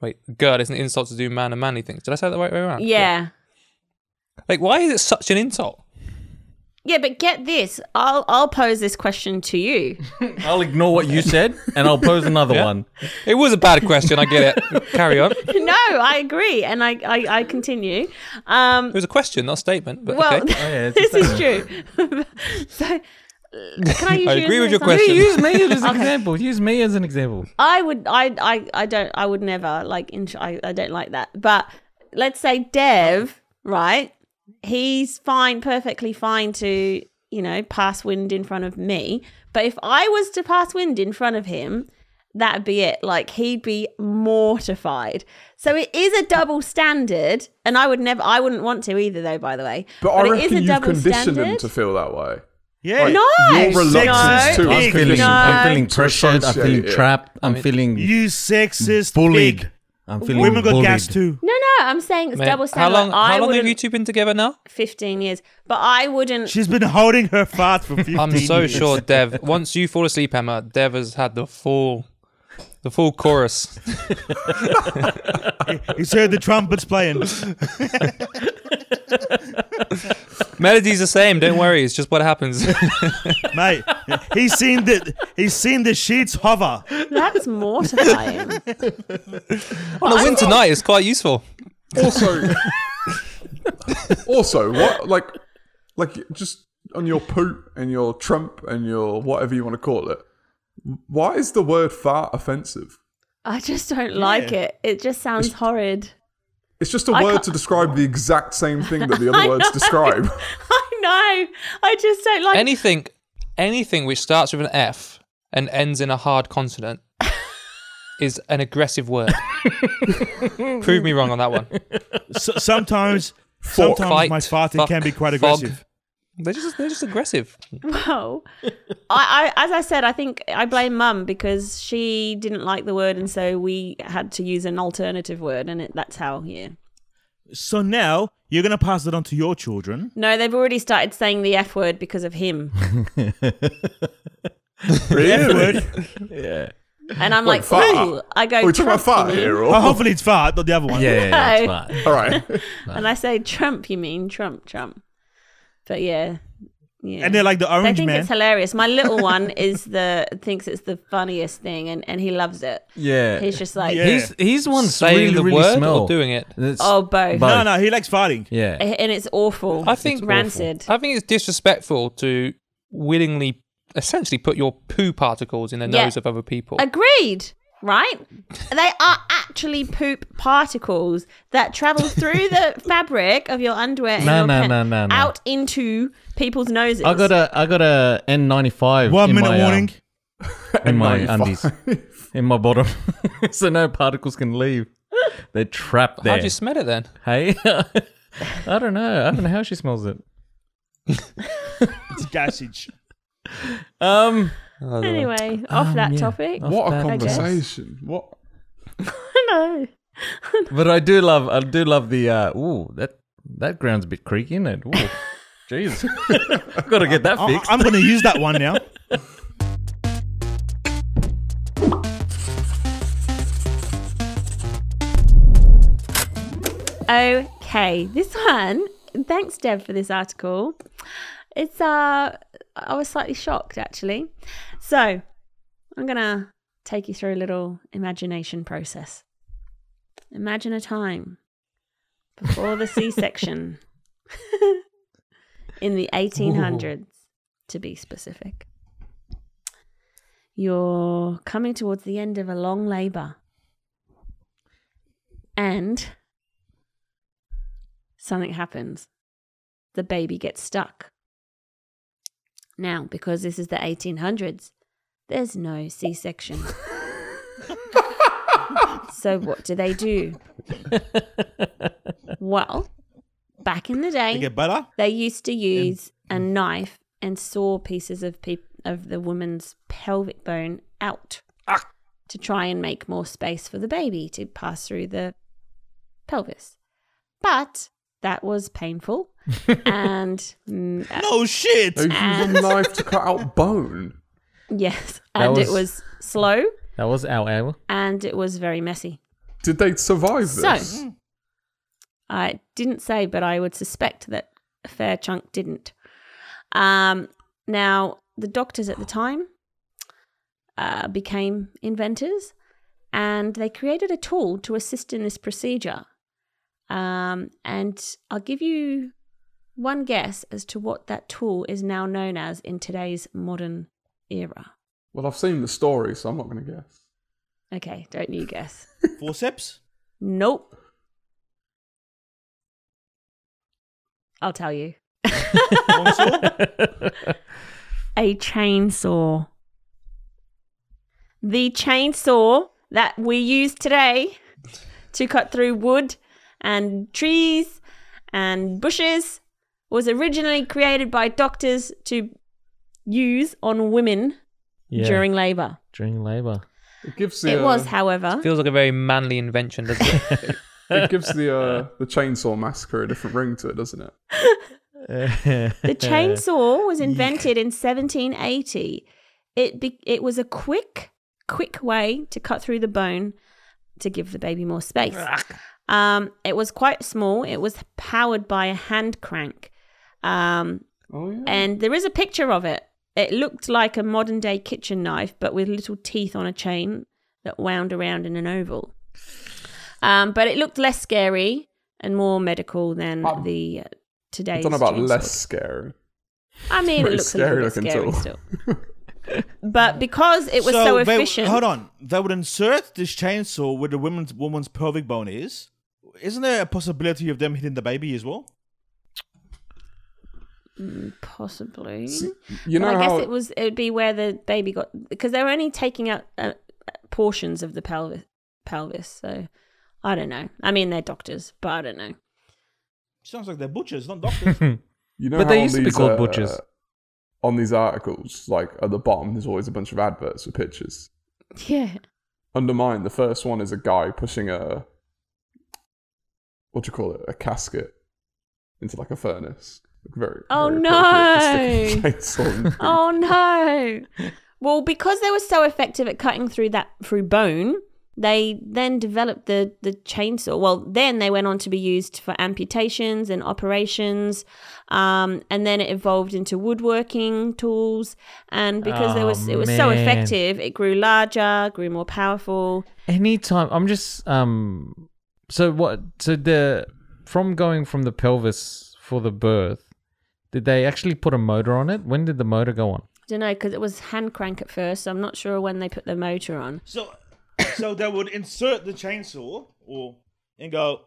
[SPEAKER 5] wait girl it's an insult to do man and manly things. Did I say that the right way around?
[SPEAKER 6] Yeah.
[SPEAKER 5] Like why is it such an insult?
[SPEAKER 6] Yeah, but get this. I'll I'll pose this question to you.
[SPEAKER 2] I'll ignore what you said and I'll pose another
[SPEAKER 5] Yeah.
[SPEAKER 2] one.
[SPEAKER 5] It was a bad question. I get it. Carry on. It
[SPEAKER 6] no, I agree, and I I, I continue. Um,
[SPEAKER 5] was a question, not a statement. But
[SPEAKER 6] well,
[SPEAKER 5] okay. Oh,
[SPEAKER 2] yeah, it's
[SPEAKER 6] this
[SPEAKER 2] the
[SPEAKER 6] is true. so, uh, can I use
[SPEAKER 5] I
[SPEAKER 6] you as
[SPEAKER 5] agree
[SPEAKER 6] an
[SPEAKER 5] with your
[SPEAKER 6] example?
[SPEAKER 5] question.
[SPEAKER 2] use me as an example. Use me as an example.
[SPEAKER 6] I would, I, I, I don't, I would never like. int- I, I don't like that. But let's say Dev, right? He's fine, perfectly fine to you know pass wind in front of me. But if I was to pass wind in front of him, that'd be it. Like he'd be mortified. So it is a double standard, and I would never, I wouldn't want to either, though. By the way,
[SPEAKER 4] but
[SPEAKER 6] it is
[SPEAKER 4] i
[SPEAKER 6] a
[SPEAKER 4] reckon you've
[SPEAKER 6] double
[SPEAKER 4] conditioned them
[SPEAKER 6] standard.
[SPEAKER 4] to feel that way
[SPEAKER 3] Yeah.
[SPEAKER 6] no,
[SPEAKER 4] your reluctance
[SPEAKER 6] no.
[SPEAKER 4] to
[SPEAKER 2] I'm
[SPEAKER 3] Big
[SPEAKER 2] feeling,
[SPEAKER 6] no.
[SPEAKER 2] I'm feeling
[SPEAKER 4] To
[SPEAKER 2] pressured. I'm feeling
[SPEAKER 4] associate it.
[SPEAKER 2] trapped. I'm feeling
[SPEAKER 3] You sexist.
[SPEAKER 2] bullied.
[SPEAKER 3] pig.
[SPEAKER 2] I'm feeling
[SPEAKER 3] Women got
[SPEAKER 2] bullied.
[SPEAKER 3] gas too.
[SPEAKER 6] No, no, I'm saying it's
[SPEAKER 5] Mate,
[SPEAKER 6] double
[SPEAKER 5] how
[SPEAKER 6] standard.
[SPEAKER 5] long?
[SPEAKER 6] I
[SPEAKER 5] How long have
[SPEAKER 6] wouldn't-
[SPEAKER 5] you two been together now?
[SPEAKER 6] 15 years. But I wouldn't.
[SPEAKER 3] She's been holding her fart for 15
[SPEAKER 5] I'm so
[SPEAKER 3] years.
[SPEAKER 5] sure, Dev. Once you fall asleep, Emma, Dev has had the full, the full chorus.
[SPEAKER 3] He's heard the trumpets playing.
[SPEAKER 5] Melody's the same. Don't worry. It's just what happens.
[SPEAKER 3] mate. He's seen the he's seen the sheets hover.
[SPEAKER 6] That's mortifying.
[SPEAKER 5] On a winter night, it's quite useful.
[SPEAKER 4] Also, also, what like, like just on your poop and your Trump and your whatever you want to call it. Why is the word fart offensive?
[SPEAKER 6] I just don't like
[SPEAKER 3] Yeah.
[SPEAKER 6] it. It just sounds horrid.
[SPEAKER 4] It's just a
[SPEAKER 6] I
[SPEAKER 4] word
[SPEAKER 6] can't-
[SPEAKER 4] to describe the exact same thing that the other words describe.
[SPEAKER 6] I know. I just don't like
[SPEAKER 5] Anything, anything which starts with an F and ends in a hard consonant is an aggressive word. Prove me wrong on that one.
[SPEAKER 3] S sometimes
[SPEAKER 4] Fork.
[SPEAKER 3] sometimes
[SPEAKER 5] Fight,
[SPEAKER 3] my farting
[SPEAKER 5] fuck,
[SPEAKER 3] can be quite
[SPEAKER 5] fog.
[SPEAKER 3] aggressive.
[SPEAKER 5] They're just they're just aggressive.
[SPEAKER 6] Well, I, I, as I said, I think I blame mum because she didn't like the word, and so we had to use an alternative word, and it, that's how. Yeah.
[SPEAKER 3] So now you're gonna pass it on to your children.
[SPEAKER 6] No, they've already started saying the f word because of him,
[SPEAKER 4] really?
[SPEAKER 6] and I'm like,
[SPEAKER 4] fart?
[SPEAKER 6] ooh, I go.
[SPEAKER 4] Are we Oh, talking
[SPEAKER 6] "Trump,
[SPEAKER 4] about fart
[SPEAKER 6] you mean?"
[SPEAKER 4] here?
[SPEAKER 3] Oh,
[SPEAKER 4] Or?
[SPEAKER 3] hopefully it's fart, not the other one.
[SPEAKER 2] Yeah, yeah, yeah, it's fine.
[SPEAKER 4] All right.
[SPEAKER 6] and I say Trump. You mean Trump? Trump. But yeah, yeah.
[SPEAKER 3] And they're like the
[SPEAKER 6] they
[SPEAKER 3] orange
[SPEAKER 6] think
[SPEAKER 3] man.
[SPEAKER 6] it's hilarious. My little one is the thinks it's the funniest thing, and, and he loves it.
[SPEAKER 2] Yeah.
[SPEAKER 6] He's just like,
[SPEAKER 3] Yeah.
[SPEAKER 2] He's he's one that's
[SPEAKER 5] Saying
[SPEAKER 2] really
[SPEAKER 5] the
[SPEAKER 2] really
[SPEAKER 5] word
[SPEAKER 2] smell
[SPEAKER 5] or doing it.
[SPEAKER 2] It's-
[SPEAKER 6] oh, both.
[SPEAKER 2] Both.
[SPEAKER 3] no, no, he likes farting.
[SPEAKER 2] Yeah.
[SPEAKER 6] and it's awful.
[SPEAKER 5] I think-
[SPEAKER 6] It's rancid.
[SPEAKER 5] I think it's disrespectful to willingly, essentially, put your poo particles in the
[SPEAKER 6] Yeah.
[SPEAKER 5] nose of other people.
[SPEAKER 6] Agreed. Right? they are actually poop particles that travel through the fabric of your underwear and
[SPEAKER 2] No,
[SPEAKER 6] your
[SPEAKER 2] no,
[SPEAKER 6] pant
[SPEAKER 2] no, no, no.
[SPEAKER 6] out into people's noses.
[SPEAKER 2] I got a I got a N95
[SPEAKER 3] One
[SPEAKER 2] in
[SPEAKER 3] minute
[SPEAKER 2] my, uh,
[SPEAKER 3] warning.
[SPEAKER 2] in my
[SPEAKER 4] N95.
[SPEAKER 2] undies in my bottom, so no particles can leave. They're trapped
[SPEAKER 5] How
[SPEAKER 2] there.
[SPEAKER 5] do you smell it then?
[SPEAKER 2] hey, I don't know. I don't know how she smells it.
[SPEAKER 3] It's gassage.
[SPEAKER 2] Um,
[SPEAKER 6] anyway, off
[SPEAKER 2] Um,
[SPEAKER 6] that
[SPEAKER 2] yeah.
[SPEAKER 6] topic.
[SPEAKER 2] Off-
[SPEAKER 4] What a
[SPEAKER 2] Bad
[SPEAKER 4] conversation. What?
[SPEAKER 6] no.
[SPEAKER 2] but I do love I do love the uh, ooh that that ground's a bit creaky, isn't it? Ooh, jeez, got to get that
[SPEAKER 3] I-
[SPEAKER 2] fixed.
[SPEAKER 3] I'm gonna use that one now.
[SPEAKER 6] Okay, this one. Thanks, Deb, for this article. It's uh, I was slightly shocked actually. So, I'm gonna take you through a little imagination process. Imagine a time before the C-section in the 1800s, to be specific. You're coming towards the end of a long labour, and something happens. The baby gets stuck. Now, because this is the 1800s, there's no C section. so, what do they do? well, back in the
[SPEAKER 3] They
[SPEAKER 6] day,
[SPEAKER 3] get better.
[SPEAKER 6] they used to use a
[SPEAKER 2] mm.
[SPEAKER 6] knife and saw pieces of, peop of the woman's pelvic bone out
[SPEAKER 2] Ah.
[SPEAKER 6] to try and make more space for the baby to pass through the pelvis. But that was painful. and mm, uh,
[SPEAKER 3] No shit.
[SPEAKER 4] They use a knife to cut out bone.
[SPEAKER 6] yes,
[SPEAKER 2] That
[SPEAKER 6] and it
[SPEAKER 2] was-
[SPEAKER 6] was slow
[SPEAKER 2] that was our hour.
[SPEAKER 6] and it was very messy.
[SPEAKER 4] Did they survive
[SPEAKER 6] So-
[SPEAKER 4] this?
[SPEAKER 6] I didn't say, but I would suspect that a fair chunk didn't. Um, now, the doctors at the time uh, became inventors and they created a tool to assist in this procedure. Um, and I'll give you one guess as to what that tool is now known as in today's modern era.
[SPEAKER 4] well, I've seen the story, so I'm not going to guess.
[SPEAKER 6] Okay, don't you guess.
[SPEAKER 3] Forceps.
[SPEAKER 6] Nope. I'll tell you. a chainsaw. The chainsaw that we use today to cut through wood and trees and bushes was originally created by doctors to use on women
[SPEAKER 2] Yeah,
[SPEAKER 6] during labor.
[SPEAKER 2] during labor.
[SPEAKER 4] It gives the
[SPEAKER 6] It was,
[SPEAKER 4] uh,
[SPEAKER 6] however,
[SPEAKER 5] Feels like a very manly invention, doesn't it?
[SPEAKER 4] it gives the uh, the chainsaw massacre a different ring to it, doesn't it?
[SPEAKER 6] The chainsaw was invented in 1780. It be- it was a quick, quick way to cut through the bone to give the baby more space. Um, it was quite small. It was powered by a hand crank. Um,
[SPEAKER 4] Oh yeah.
[SPEAKER 6] and there is a picture of it. It looked like a modern day kitchen knife, but with little teeth on a chain that wound around in an oval. Um, but it looked less scary and more medical than
[SPEAKER 4] Um,
[SPEAKER 6] the uh,
[SPEAKER 4] I
[SPEAKER 6] today's.
[SPEAKER 4] don't know about
[SPEAKER 6] chainsaws.
[SPEAKER 4] less scary.
[SPEAKER 6] I mean, it
[SPEAKER 4] Pretty
[SPEAKER 6] looks a little bit
[SPEAKER 4] scary
[SPEAKER 6] scary
[SPEAKER 4] looking
[SPEAKER 6] still. but because it was so,
[SPEAKER 3] they-
[SPEAKER 6] efficient,
[SPEAKER 3] hold on, they would insert this chainsaw where the woman's woman's pelvic bone is. Isn't there a possibility of them hitting the baby as well?
[SPEAKER 6] Mm, possibly.
[SPEAKER 4] You know
[SPEAKER 6] Well, I
[SPEAKER 4] how
[SPEAKER 6] guess it was. It would be where the baby got because they were only taking out uh, portions of the pelvis. Pelvis. So I don't know. I mean, they're doctors, but I don't know.
[SPEAKER 3] Sounds like they're butchers, not doctors.
[SPEAKER 4] you know
[SPEAKER 2] But
[SPEAKER 4] how
[SPEAKER 2] they
[SPEAKER 4] on
[SPEAKER 2] used to be
[SPEAKER 4] these,
[SPEAKER 2] called
[SPEAKER 4] uh,
[SPEAKER 2] butchers.
[SPEAKER 4] On these articles, like at the bottom, there's always a bunch of adverts with pictures.
[SPEAKER 6] Yeah.
[SPEAKER 4] Under mine, the first one is a guy pushing a what do you call it? A casket into like a furnace. Very,
[SPEAKER 6] Oh,
[SPEAKER 4] very appropriate
[SPEAKER 6] no.
[SPEAKER 4] for sticking a chainsaw in.
[SPEAKER 6] Oh no. Well, because they were so effective at cutting through that through bone, they then developed the the chainsaw. Well, then they went on to be used for amputations and operations, um, and then it evolved into woodworking tools. And because there
[SPEAKER 2] Oh,
[SPEAKER 6] was it was so
[SPEAKER 2] man.
[SPEAKER 6] effective, it grew larger, grew more powerful.
[SPEAKER 2] Anytime I'm just um so what so the from going from the pelvis for the birth, did they actually put a motor on it? When did the motor go on?
[SPEAKER 6] don't know because it was hand crank at first, so I'm not sure when they put the motor on.
[SPEAKER 3] so, so they would insert the chainsaw or and go.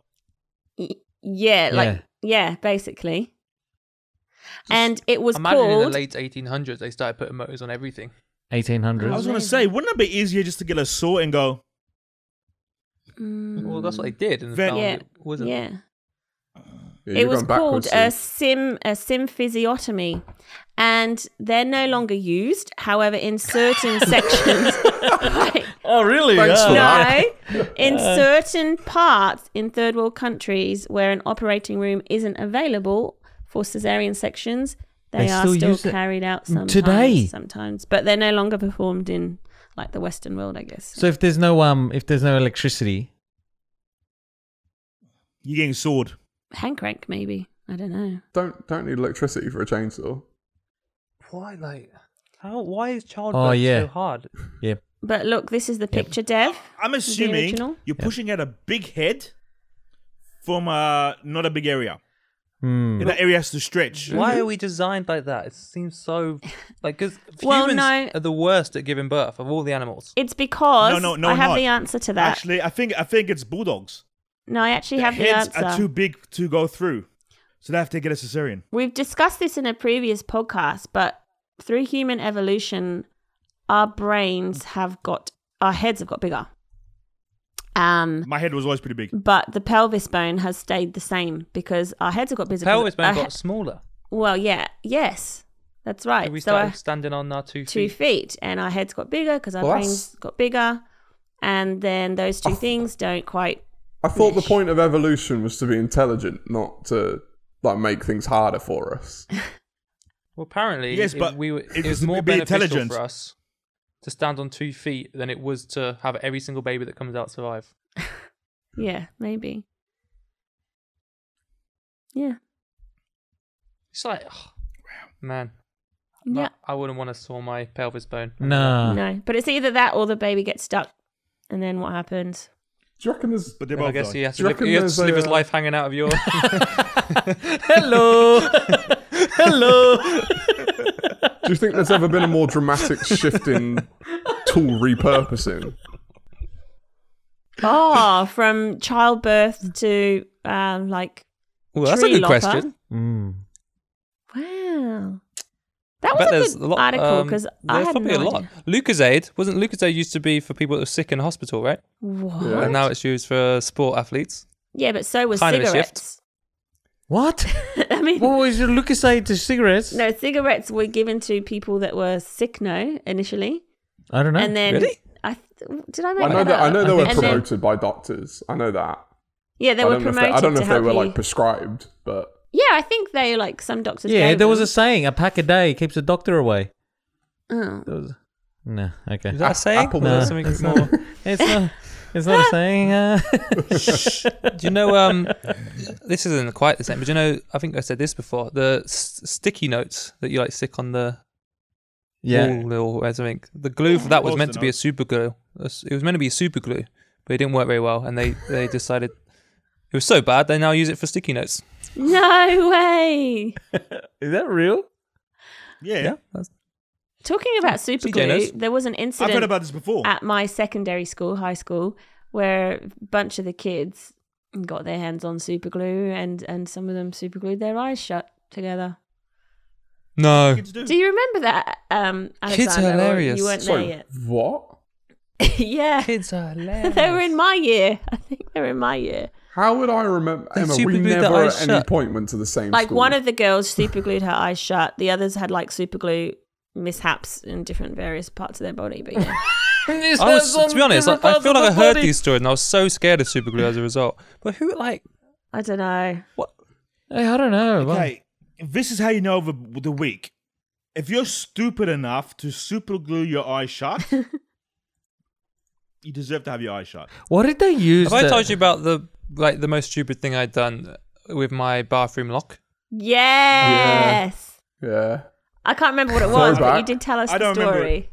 [SPEAKER 6] Y- yeah, like yeah, basically. and it was
[SPEAKER 5] Imagine in the
[SPEAKER 6] called
[SPEAKER 5] late 1800s they started putting motors on everything.
[SPEAKER 2] Eighteen
[SPEAKER 3] I
[SPEAKER 2] hundreds.
[SPEAKER 3] was gonna say, wouldn't it be easier just to get a saw and go?
[SPEAKER 5] Well, that's what they
[SPEAKER 3] Mm.
[SPEAKER 5] did, and
[SPEAKER 3] Ve-
[SPEAKER 5] found
[SPEAKER 6] Yeah.
[SPEAKER 5] it wasn't.
[SPEAKER 6] Yeah.
[SPEAKER 4] Yeah,
[SPEAKER 6] it
[SPEAKER 4] you're
[SPEAKER 6] was
[SPEAKER 4] going
[SPEAKER 6] called
[SPEAKER 4] backwards
[SPEAKER 6] a
[SPEAKER 4] here.
[SPEAKER 6] sim a symphysiotomy, and they're no longer used. However, in certain sections, Right.
[SPEAKER 2] Oh really?
[SPEAKER 4] Thanks for that.
[SPEAKER 6] no, in certain parts in third world countries where an operating room isn't available for cesarean sections, they,
[SPEAKER 2] They
[SPEAKER 6] are
[SPEAKER 2] still
[SPEAKER 6] still
[SPEAKER 2] use it
[SPEAKER 6] carried out sometimes.
[SPEAKER 2] today.
[SPEAKER 6] sometimes, but they're no longer performed in like the Western world, I guess.
[SPEAKER 2] So if there's no um if there's no electricity,
[SPEAKER 3] You're getting sawed.
[SPEAKER 6] Hand crank, maybe. I don't know.
[SPEAKER 4] Don't don't need electricity for a chainsaw.
[SPEAKER 5] Why, like, how? Why is childbirth
[SPEAKER 2] Oh, yeah.
[SPEAKER 5] so hard?
[SPEAKER 2] yeah.
[SPEAKER 6] But look, this is the picture, Dev.
[SPEAKER 3] I'm assuming
[SPEAKER 6] original?
[SPEAKER 3] you're pushing out a big head from uh, not a big area.
[SPEAKER 2] Hmm.
[SPEAKER 3] That area has to stretch.
[SPEAKER 5] Why are we designed like that? It seems so like because
[SPEAKER 6] Well,
[SPEAKER 5] humans
[SPEAKER 6] no.
[SPEAKER 5] are the worst at giving birth of all the animals.
[SPEAKER 6] It's because
[SPEAKER 3] No, no, no,
[SPEAKER 6] I have
[SPEAKER 3] not.
[SPEAKER 6] the answer to that.
[SPEAKER 3] Actually, I think I think it's bulldogs.
[SPEAKER 6] no, I actually
[SPEAKER 3] Their
[SPEAKER 6] have the
[SPEAKER 3] heads
[SPEAKER 6] answer.
[SPEAKER 3] are too big to go through, so they have to get a cesarean.
[SPEAKER 6] We've discussed this in a previous podcast, but through human evolution, our brains have got our heads have got bigger. Um,
[SPEAKER 3] My head was always pretty big.
[SPEAKER 6] but the pelvis bone has stayed the same because our heads have got bigger.
[SPEAKER 5] Pelvis
[SPEAKER 6] our
[SPEAKER 5] bone
[SPEAKER 6] he-
[SPEAKER 5] got smaller.
[SPEAKER 6] well, yeah, yes, that's right.
[SPEAKER 5] we
[SPEAKER 6] So
[SPEAKER 5] started
[SPEAKER 6] our
[SPEAKER 5] standing on our two,
[SPEAKER 6] two
[SPEAKER 5] feet.
[SPEAKER 6] feet, and our heads got bigger because our
[SPEAKER 4] Well,
[SPEAKER 6] brains
[SPEAKER 4] that's-
[SPEAKER 6] got bigger, and then those
[SPEAKER 5] Oh,
[SPEAKER 6] two things don't quite.
[SPEAKER 4] I thought the point of evolution was to be intelligent, not to like make things harder for us.
[SPEAKER 5] Well, apparently,
[SPEAKER 3] Yes,
[SPEAKER 5] it-
[SPEAKER 3] but
[SPEAKER 5] we were,
[SPEAKER 3] it
[SPEAKER 5] it was
[SPEAKER 3] was-
[SPEAKER 5] more
[SPEAKER 3] be
[SPEAKER 5] beneficial
[SPEAKER 3] intelligent.
[SPEAKER 5] for us to stand on two feet than it was to have every single baby that comes out survive.
[SPEAKER 6] Yeah, maybe. Yeah.
[SPEAKER 5] It's like, oh, man,
[SPEAKER 6] Yeah.
[SPEAKER 5] Not- I wouldn't want to saw my pelvis bone. Uh.
[SPEAKER 2] No.
[SPEAKER 6] No, but it's either that or the baby gets stuck, and then what happens?
[SPEAKER 4] Do you reckon there's?
[SPEAKER 3] But they're
[SPEAKER 5] I
[SPEAKER 3] both
[SPEAKER 5] guess
[SPEAKER 3] though.
[SPEAKER 5] he has
[SPEAKER 4] Do
[SPEAKER 5] to
[SPEAKER 4] you
[SPEAKER 5] live,
[SPEAKER 4] reckon
[SPEAKER 5] he has
[SPEAKER 4] there's
[SPEAKER 5] to live
[SPEAKER 4] a,
[SPEAKER 5] his
[SPEAKER 4] uh,
[SPEAKER 5] life hanging out of yours.
[SPEAKER 2] Hello. Hello.
[SPEAKER 4] Do you think there's ever been a more dramatic shift in tool repurposing?
[SPEAKER 6] Oh, from childbirth to um, like
[SPEAKER 5] well,
[SPEAKER 6] that's a Tree good lopper. question.
[SPEAKER 2] Mm.
[SPEAKER 6] wow. That was
[SPEAKER 5] bet there's
[SPEAKER 6] a
[SPEAKER 5] a
[SPEAKER 6] good
[SPEAKER 5] lot,
[SPEAKER 6] article
[SPEAKER 5] um,
[SPEAKER 6] because I
[SPEAKER 5] there's
[SPEAKER 6] had
[SPEAKER 5] probably
[SPEAKER 6] no
[SPEAKER 5] a lot.
[SPEAKER 6] idea.
[SPEAKER 5] Lucasade wasn't Lucasade used to be for people that were sick in hospital, right?
[SPEAKER 6] What?
[SPEAKER 4] Yeah.
[SPEAKER 6] Yeah.
[SPEAKER 5] And now it's used for sport athletes.
[SPEAKER 6] but so was
[SPEAKER 5] Kind of a
[SPEAKER 6] cigarettes.
[SPEAKER 2] What?
[SPEAKER 6] I mean,
[SPEAKER 2] what was your Lucas aid to cigarettes?
[SPEAKER 6] no, cigarettes were given to people that were sick. No, initially,
[SPEAKER 2] I don't know.
[SPEAKER 6] and then
[SPEAKER 5] Really?
[SPEAKER 6] I th- did I make
[SPEAKER 4] I know
[SPEAKER 6] that,
[SPEAKER 4] that I
[SPEAKER 6] up?
[SPEAKER 4] know they
[SPEAKER 2] I
[SPEAKER 4] were
[SPEAKER 2] think so.
[SPEAKER 4] promoted by doctors. I know that.
[SPEAKER 6] Yeah, they
[SPEAKER 4] I
[SPEAKER 6] were
[SPEAKER 4] don't know if they,
[SPEAKER 6] promoted
[SPEAKER 4] I don't know
[SPEAKER 6] to
[SPEAKER 4] if they
[SPEAKER 6] help
[SPEAKER 4] were
[SPEAKER 6] you.
[SPEAKER 4] like prescribed, but
[SPEAKER 6] yeah, I think they like some doctors.
[SPEAKER 2] yeah,
[SPEAKER 6] gave
[SPEAKER 2] there was a
[SPEAKER 6] them.
[SPEAKER 2] saying: a pack a day keeps the doctor away.
[SPEAKER 6] Oh.
[SPEAKER 2] There was- No, okay.
[SPEAKER 5] Is that a
[SPEAKER 4] Ap-
[SPEAKER 5] saying?
[SPEAKER 4] apple
[SPEAKER 5] No,
[SPEAKER 2] milk.
[SPEAKER 5] something more.
[SPEAKER 2] It's not. It's not a saying. Uh,
[SPEAKER 5] Do you know? Um, this isn't quite the same, but do you know? I think I said this before. The s- sticky notes that you like stick on the
[SPEAKER 2] yeah.
[SPEAKER 5] wall or as I think the glue for that was
[SPEAKER 3] Close
[SPEAKER 5] meant to be a
[SPEAKER 3] enough.
[SPEAKER 5] super glue. It was meant to be a super glue, but it didn't work very well, and they they decided it was so bad they now use it for sticky notes.
[SPEAKER 6] No way.
[SPEAKER 2] Is that real?
[SPEAKER 3] Yeah.
[SPEAKER 5] Yeah, that's,
[SPEAKER 6] Talking about super
[SPEAKER 5] CJ knows.
[SPEAKER 6] glue, there was an incident.
[SPEAKER 3] I've heard about this before.
[SPEAKER 6] at my secondary school, high school, where a bunch of the kids got their hands on super glue and, and some of them super glued their eyes shut together.
[SPEAKER 5] no.
[SPEAKER 3] Kids do.
[SPEAKER 6] Do you remember that? Um,
[SPEAKER 5] Kids are
[SPEAKER 6] Alexander, or
[SPEAKER 5] hilarious.
[SPEAKER 6] You weren't
[SPEAKER 4] Sorry,
[SPEAKER 6] there
[SPEAKER 4] what?
[SPEAKER 6] yet. yeah.
[SPEAKER 5] Kids are hilarious.
[SPEAKER 6] They were in my year. I think they were in my year.
[SPEAKER 4] How would I remember?
[SPEAKER 5] They
[SPEAKER 4] Emma, we
[SPEAKER 5] superglued their
[SPEAKER 4] never
[SPEAKER 5] eyes
[SPEAKER 4] at any
[SPEAKER 5] shut.
[SPEAKER 4] point went to the same
[SPEAKER 6] Like
[SPEAKER 4] school.
[SPEAKER 6] one of the girls super glued her eyes shut. The others had like super glue mishaps in different various parts of their body. But yeah.
[SPEAKER 5] I was, to be honest, like, I feel like I heard these stories and I was so scared of super glue as a result. But who, like,
[SPEAKER 6] I don't know.
[SPEAKER 2] Hey, I don't know. Well,
[SPEAKER 3] Okay, this is how you know the, the week. If you're stupid enough to super glue your eye shut, you deserve to have your eye shut.
[SPEAKER 2] What did they use?
[SPEAKER 5] have I
[SPEAKER 2] that-
[SPEAKER 5] told you about the like the most stupid thing I'd done with my bathroom lock?
[SPEAKER 6] Yes.
[SPEAKER 4] yeah.
[SPEAKER 6] I can't remember what it was, but you
[SPEAKER 4] Throwback.
[SPEAKER 6] did tell us
[SPEAKER 3] I
[SPEAKER 6] the
[SPEAKER 3] don't remember
[SPEAKER 6] story.
[SPEAKER 3] it.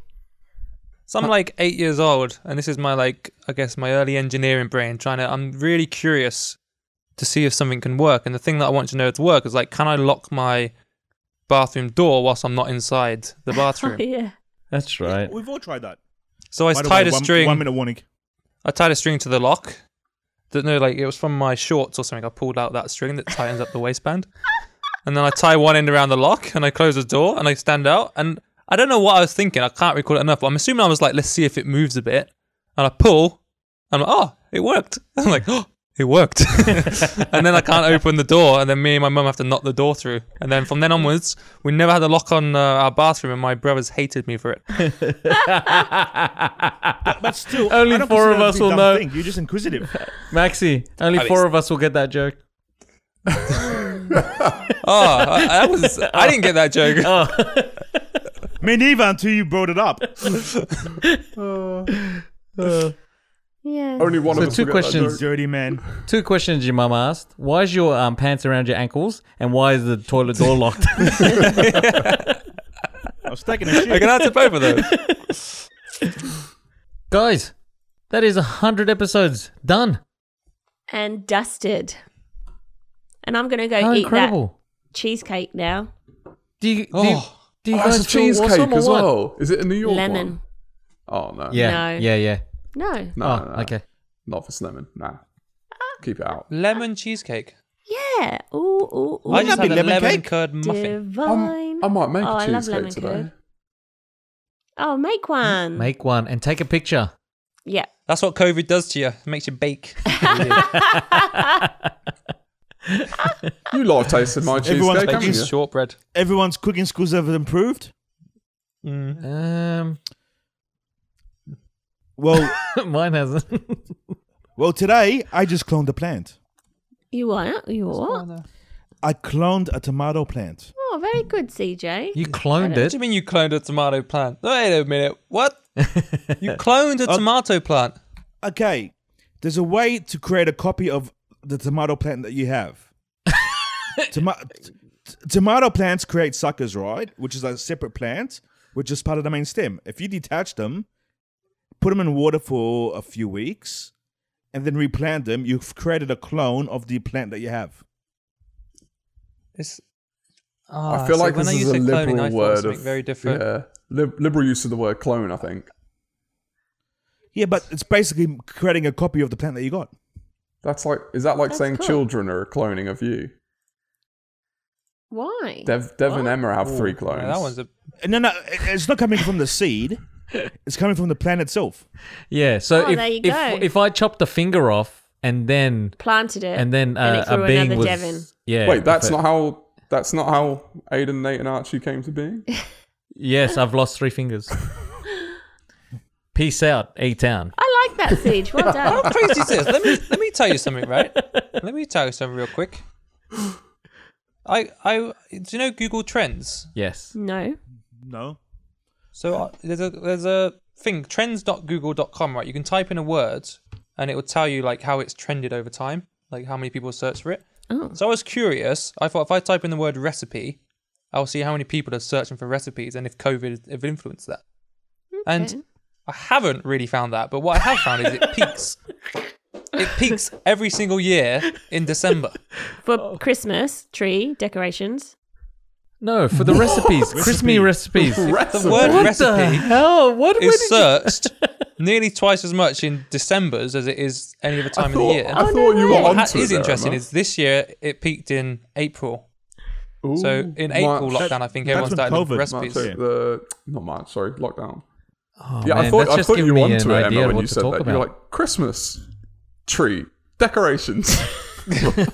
[SPEAKER 5] So I'm like eight years old, and this is my like I guess my early engineering brain trying to. I'm really curious to see if something can work, and the thing that I want to know to work is like, can I lock my bathroom door whilst I'm not inside the
[SPEAKER 6] Oh,
[SPEAKER 5] bathroom?
[SPEAKER 6] yeah.
[SPEAKER 2] That's right.
[SPEAKER 3] We've all tried that.
[SPEAKER 5] So I
[SPEAKER 3] By the
[SPEAKER 5] tied
[SPEAKER 3] way,
[SPEAKER 5] a
[SPEAKER 3] one-
[SPEAKER 5] string.
[SPEAKER 3] One minute warning.
[SPEAKER 5] I tied a string to the lock. That no, like it was from my shorts or something. I pulled out that string that tightens up the waistband, and then I tie one end around the lock, and I close the door, and I stand out. And I don't know what I was thinking. I can't recall it enough, but I'm assuming I was like, let's see if it moves a bit. And I pull, and I'm like, oh, it worked. I'm like, oh, it worked. and then I can't open the door, and then me and my mum have to knock the door through. And then from then onwards, we never had a lock on uh, our bathroom, and my brothers hated me for it.
[SPEAKER 3] But still,
[SPEAKER 2] Only
[SPEAKER 3] I don't
[SPEAKER 2] four of
[SPEAKER 3] consider that
[SPEAKER 2] us
[SPEAKER 3] to be a
[SPEAKER 2] will
[SPEAKER 3] dumb
[SPEAKER 2] know.
[SPEAKER 3] Thing. You're just inquisitive.
[SPEAKER 2] Maxi, only
[SPEAKER 5] I mean-
[SPEAKER 2] four of us will get that joke.
[SPEAKER 5] Oh, I, I was, I didn't get that joke.
[SPEAKER 2] Oh.
[SPEAKER 3] Me neither until you brought it up.
[SPEAKER 6] Yeah.
[SPEAKER 4] Only one
[SPEAKER 2] So
[SPEAKER 4] of us
[SPEAKER 2] two
[SPEAKER 4] will get that
[SPEAKER 2] questions.
[SPEAKER 4] joke.
[SPEAKER 3] Dirty man.
[SPEAKER 2] Two questions your mum asked. Why is your um, pants around your ankles? And why is the toilet door locked?
[SPEAKER 3] I was taking a
[SPEAKER 5] I
[SPEAKER 3] shit.
[SPEAKER 5] can answer both of those.
[SPEAKER 2] Guys, that is 100 episodes done.
[SPEAKER 6] and dusted. And I'm going to go
[SPEAKER 2] How
[SPEAKER 6] eat
[SPEAKER 2] incredible.
[SPEAKER 6] that cheesecake now.
[SPEAKER 2] Do you, do you,
[SPEAKER 5] Oh.
[SPEAKER 2] do you
[SPEAKER 4] Oh,
[SPEAKER 2] guys
[SPEAKER 4] it's a
[SPEAKER 2] feel
[SPEAKER 4] cheesecake
[SPEAKER 2] awesome or
[SPEAKER 4] as
[SPEAKER 2] what?
[SPEAKER 4] well. Is it a New York
[SPEAKER 6] Lemon.
[SPEAKER 4] One? Oh no.
[SPEAKER 2] Yeah,
[SPEAKER 6] No.
[SPEAKER 2] yeah, yeah.
[SPEAKER 6] No.
[SPEAKER 4] No,
[SPEAKER 2] oh,
[SPEAKER 4] no, no.
[SPEAKER 2] okay.
[SPEAKER 4] Not if it's lemon. Nah.
[SPEAKER 6] Ah,
[SPEAKER 4] Keep it out.
[SPEAKER 5] Lemon cheesecake.
[SPEAKER 6] Yeah. Ooh, ooh, ooh.
[SPEAKER 5] I just
[SPEAKER 3] that'd
[SPEAKER 5] had
[SPEAKER 3] be
[SPEAKER 5] a
[SPEAKER 3] lemon
[SPEAKER 5] lemon
[SPEAKER 3] cake.
[SPEAKER 5] curd muffin.
[SPEAKER 6] Divine.
[SPEAKER 4] I might make
[SPEAKER 6] oh, I
[SPEAKER 4] a
[SPEAKER 6] love
[SPEAKER 4] cheesecake
[SPEAKER 6] lemon
[SPEAKER 4] today.
[SPEAKER 6] curd. Oh, make one.
[SPEAKER 2] Make one and take a picture.
[SPEAKER 6] Yeah.
[SPEAKER 5] That's what COVID does to you. It makes you bake.
[SPEAKER 4] You lot have tasted my
[SPEAKER 3] Everyone's
[SPEAKER 4] cheesecake,
[SPEAKER 5] Bake
[SPEAKER 4] haven't you?
[SPEAKER 5] you shortbread.
[SPEAKER 3] Everyone's cooking skills have improved.
[SPEAKER 5] Mm.
[SPEAKER 4] Mm-hmm.
[SPEAKER 2] Um,
[SPEAKER 3] Well,
[SPEAKER 2] mine hasn't.
[SPEAKER 3] well, today I just cloned a plant.
[SPEAKER 6] You what? You what?
[SPEAKER 3] I cloned a tomato plant.
[SPEAKER 6] Oh, very good, CJ.
[SPEAKER 2] You cloned
[SPEAKER 5] What
[SPEAKER 2] it.
[SPEAKER 5] do you mean you cloned a tomato plant? Wait a minute. What? you cloned a
[SPEAKER 4] Oh.
[SPEAKER 5] tomato plant?
[SPEAKER 3] Okay, there's a way to create a copy of the tomato plant that you have. Toma- t- tomato plants create suckers, right? Which is a separate plant, which is part of the main stem. If you detach them, put them in water for a few weeks, and then replant them, you've created a clone of the plant that you have.
[SPEAKER 5] It's. ah,
[SPEAKER 4] I feel like
[SPEAKER 5] when
[SPEAKER 4] this
[SPEAKER 5] I
[SPEAKER 4] is
[SPEAKER 5] use
[SPEAKER 4] a
[SPEAKER 5] it
[SPEAKER 4] liberal
[SPEAKER 5] cloning, I thought
[SPEAKER 4] word
[SPEAKER 5] something
[SPEAKER 4] of
[SPEAKER 5] very different.
[SPEAKER 4] Yeah, Lib- liberal use of the word clone. I think
[SPEAKER 3] Yeah, but it's basically creating a copy of the plant that you got.
[SPEAKER 4] that's like is that like
[SPEAKER 6] That's
[SPEAKER 4] saying
[SPEAKER 6] cool.
[SPEAKER 4] children are a cloning of you?
[SPEAKER 6] Why?
[SPEAKER 4] Dev, Dev and
[SPEAKER 6] What?
[SPEAKER 4] Emma have three
[SPEAKER 5] Yeah,
[SPEAKER 4] clones.
[SPEAKER 5] that one's a.
[SPEAKER 3] No, no, it- it's not coming from the seed. It's coming from the plant itself.
[SPEAKER 2] Yeah. So
[SPEAKER 6] Oh,
[SPEAKER 2] if,
[SPEAKER 6] there you go.
[SPEAKER 2] if if I chopped a finger off and then
[SPEAKER 6] Planted it.
[SPEAKER 2] and then
[SPEAKER 6] and
[SPEAKER 2] uh,
[SPEAKER 6] it grew
[SPEAKER 2] a being
[SPEAKER 6] another
[SPEAKER 2] was
[SPEAKER 6] Devon.
[SPEAKER 2] yeah.
[SPEAKER 4] Wait, that's
[SPEAKER 2] if it-
[SPEAKER 4] not how. That's not how Aiden, Nate, and Archie came to being.
[SPEAKER 2] Yes, I've lost three fingers. Peace out, A Town.
[SPEAKER 6] I like that, Siege. Well done.
[SPEAKER 5] How crazy is this? Let me let me tell you something, right? Let me tell you something real quick. I I do you know Google Trends?
[SPEAKER 2] Yes.
[SPEAKER 6] no.
[SPEAKER 3] No.
[SPEAKER 5] So uh, there's a there's a thing trends.google.com right. You can type in a word, and it would tell you like how it's trended over time, like how many people search for it.
[SPEAKER 4] Oh.
[SPEAKER 5] So I was curious. I thought if I type in the word recipe, I'll see how many people are searching for recipes and if COVID have influenced that. And I haven't really found that, but what I have found is it peaks. It peaks every single year in December.
[SPEAKER 6] for Christmas tree decorations.
[SPEAKER 2] No, for the recipes, Christmas recipes.
[SPEAKER 5] The word
[SPEAKER 2] what
[SPEAKER 5] recipe
[SPEAKER 2] the hell? What where
[SPEAKER 5] is
[SPEAKER 2] did you-
[SPEAKER 5] searched nearly twice as much in December's as it is any other time
[SPEAKER 4] I thought,
[SPEAKER 5] of the year.
[SPEAKER 4] I thought you were
[SPEAKER 6] Oh, way.
[SPEAKER 4] onto
[SPEAKER 5] What
[SPEAKER 4] it
[SPEAKER 5] is
[SPEAKER 4] there,
[SPEAKER 5] interesting
[SPEAKER 4] Emma.
[SPEAKER 5] is this year it peaked in April.
[SPEAKER 4] Ooh,
[SPEAKER 5] So in April
[SPEAKER 4] March,
[SPEAKER 5] lockdown, I think everyone
[SPEAKER 3] that's when
[SPEAKER 5] started looking for
[SPEAKER 3] COVID
[SPEAKER 5] recipes.
[SPEAKER 4] March,
[SPEAKER 3] Yeah.
[SPEAKER 4] the, not March, sorry, lockdown.
[SPEAKER 2] Oh,
[SPEAKER 4] yeah, I
[SPEAKER 2] man,
[SPEAKER 4] thought,
[SPEAKER 2] that's
[SPEAKER 4] I
[SPEAKER 2] just
[SPEAKER 4] thought
[SPEAKER 2] given
[SPEAKER 4] you were
[SPEAKER 2] me
[SPEAKER 4] onto
[SPEAKER 2] an
[SPEAKER 4] it,
[SPEAKER 2] idea
[SPEAKER 4] Emma,
[SPEAKER 2] of
[SPEAKER 4] when
[SPEAKER 2] what
[SPEAKER 4] you
[SPEAKER 2] to
[SPEAKER 4] said
[SPEAKER 2] talk
[SPEAKER 4] that.
[SPEAKER 2] about.
[SPEAKER 4] You're like, Christmas tree decorations.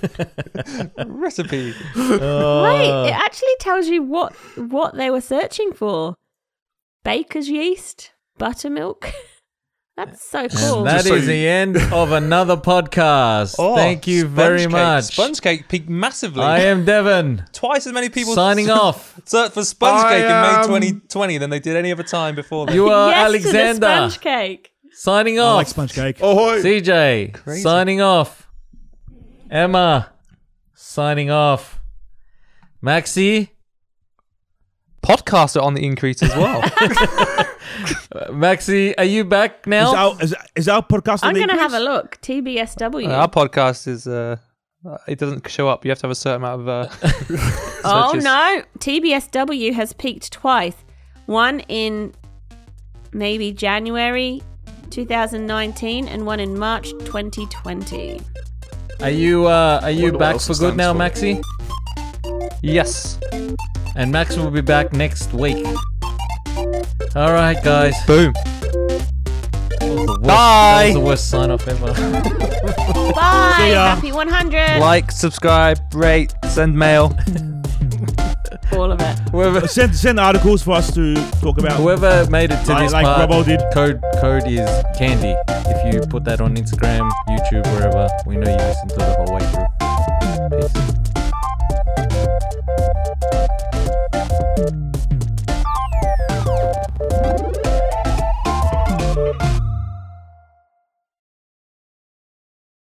[SPEAKER 5] Recipe.
[SPEAKER 6] Wait, it actually tells you what what they were searching for: baker's yeast, buttermilk. That's so cool.
[SPEAKER 2] And that
[SPEAKER 4] Just so
[SPEAKER 2] is
[SPEAKER 4] you-
[SPEAKER 2] the end of another podcast.
[SPEAKER 5] Oh,
[SPEAKER 2] Thank you
[SPEAKER 5] sponge
[SPEAKER 2] very
[SPEAKER 5] cake.
[SPEAKER 2] much.
[SPEAKER 5] Sponge cake peaked massively.
[SPEAKER 2] I am Devon.
[SPEAKER 5] Twice as many people
[SPEAKER 2] Signing off.
[SPEAKER 5] Search for sponge
[SPEAKER 4] I
[SPEAKER 5] cake
[SPEAKER 4] am-
[SPEAKER 5] in May 2020 than they did any other time before. That.
[SPEAKER 2] You are
[SPEAKER 6] yes to the
[SPEAKER 2] Alexander.
[SPEAKER 6] sponge cake.
[SPEAKER 2] Signing
[SPEAKER 3] I
[SPEAKER 2] off.
[SPEAKER 3] like sponge cake.
[SPEAKER 4] Ahoy!
[SPEAKER 2] CJ. Signing off. Emma. Signing off. Maxi.
[SPEAKER 5] Podcasts are on the increase as well.
[SPEAKER 2] Maxi, are you back
[SPEAKER 3] Is
[SPEAKER 2] now?
[SPEAKER 3] our, is, is our podcast
[SPEAKER 6] I'm
[SPEAKER 3] going to
[SPEAKER 6] have a look. TBSW.
[SPEAKER 5] Uh, our podcast is uh, it doesn't show up. You have to have a certain amount of. Uh,
[SPEAKER 6] oh
[SPEAKER 5] searches.
[SPEAKER 6] no, TBSW has peaked twice. One in maybe January 2019 and one in March 2020.
[SPEAKER 2] Are you uh, are you
[SPEAKER 4] Wonder what
[SPEAKER 2] back
[SPEAKER 4] else
[SPEAKER 2] for
[SPEAKER 4] it
[SPEAKER 2] good
[SPEAKER 4] stands
[SPEAKER 2] now,
[SPEAKER 4] for.
[SPEAKER 2] Maxi?
[SPEAKER 5] yes.
[SPEAKER 2] And Max will be back next week. All right, guys.
[SPEAKER 5] Boom.
[SPEAKER 2] That was the worst-
[SPEAKER 5] Bye.
[SPEAKER 2] That was the worst sign off ever.
[SPEAKER 6] Bye.
[SPEAKER 3] See ya.
[SPEAKER 6] Happy 100.
[SPEAKER 5] Like, subscribe, rate, send mail.
[SPEAKER 6] All of it.
[SPEAKER 2] Whoever,
[SPEAKER 3] Send, send articles for us to talk about.
[SPEAKER 2] whoever made it to
[SPEAKER 3] Like-
[SPEAKER 2] this
[SPEAKER 3] like
[SPEAKER 2] part,
[SPEAKER 3] Robbo did.
[SPEAKER 2] code code is candy. If you put that on Instagram, YouTube, wherever, we know you listen to the whole way through. Peace.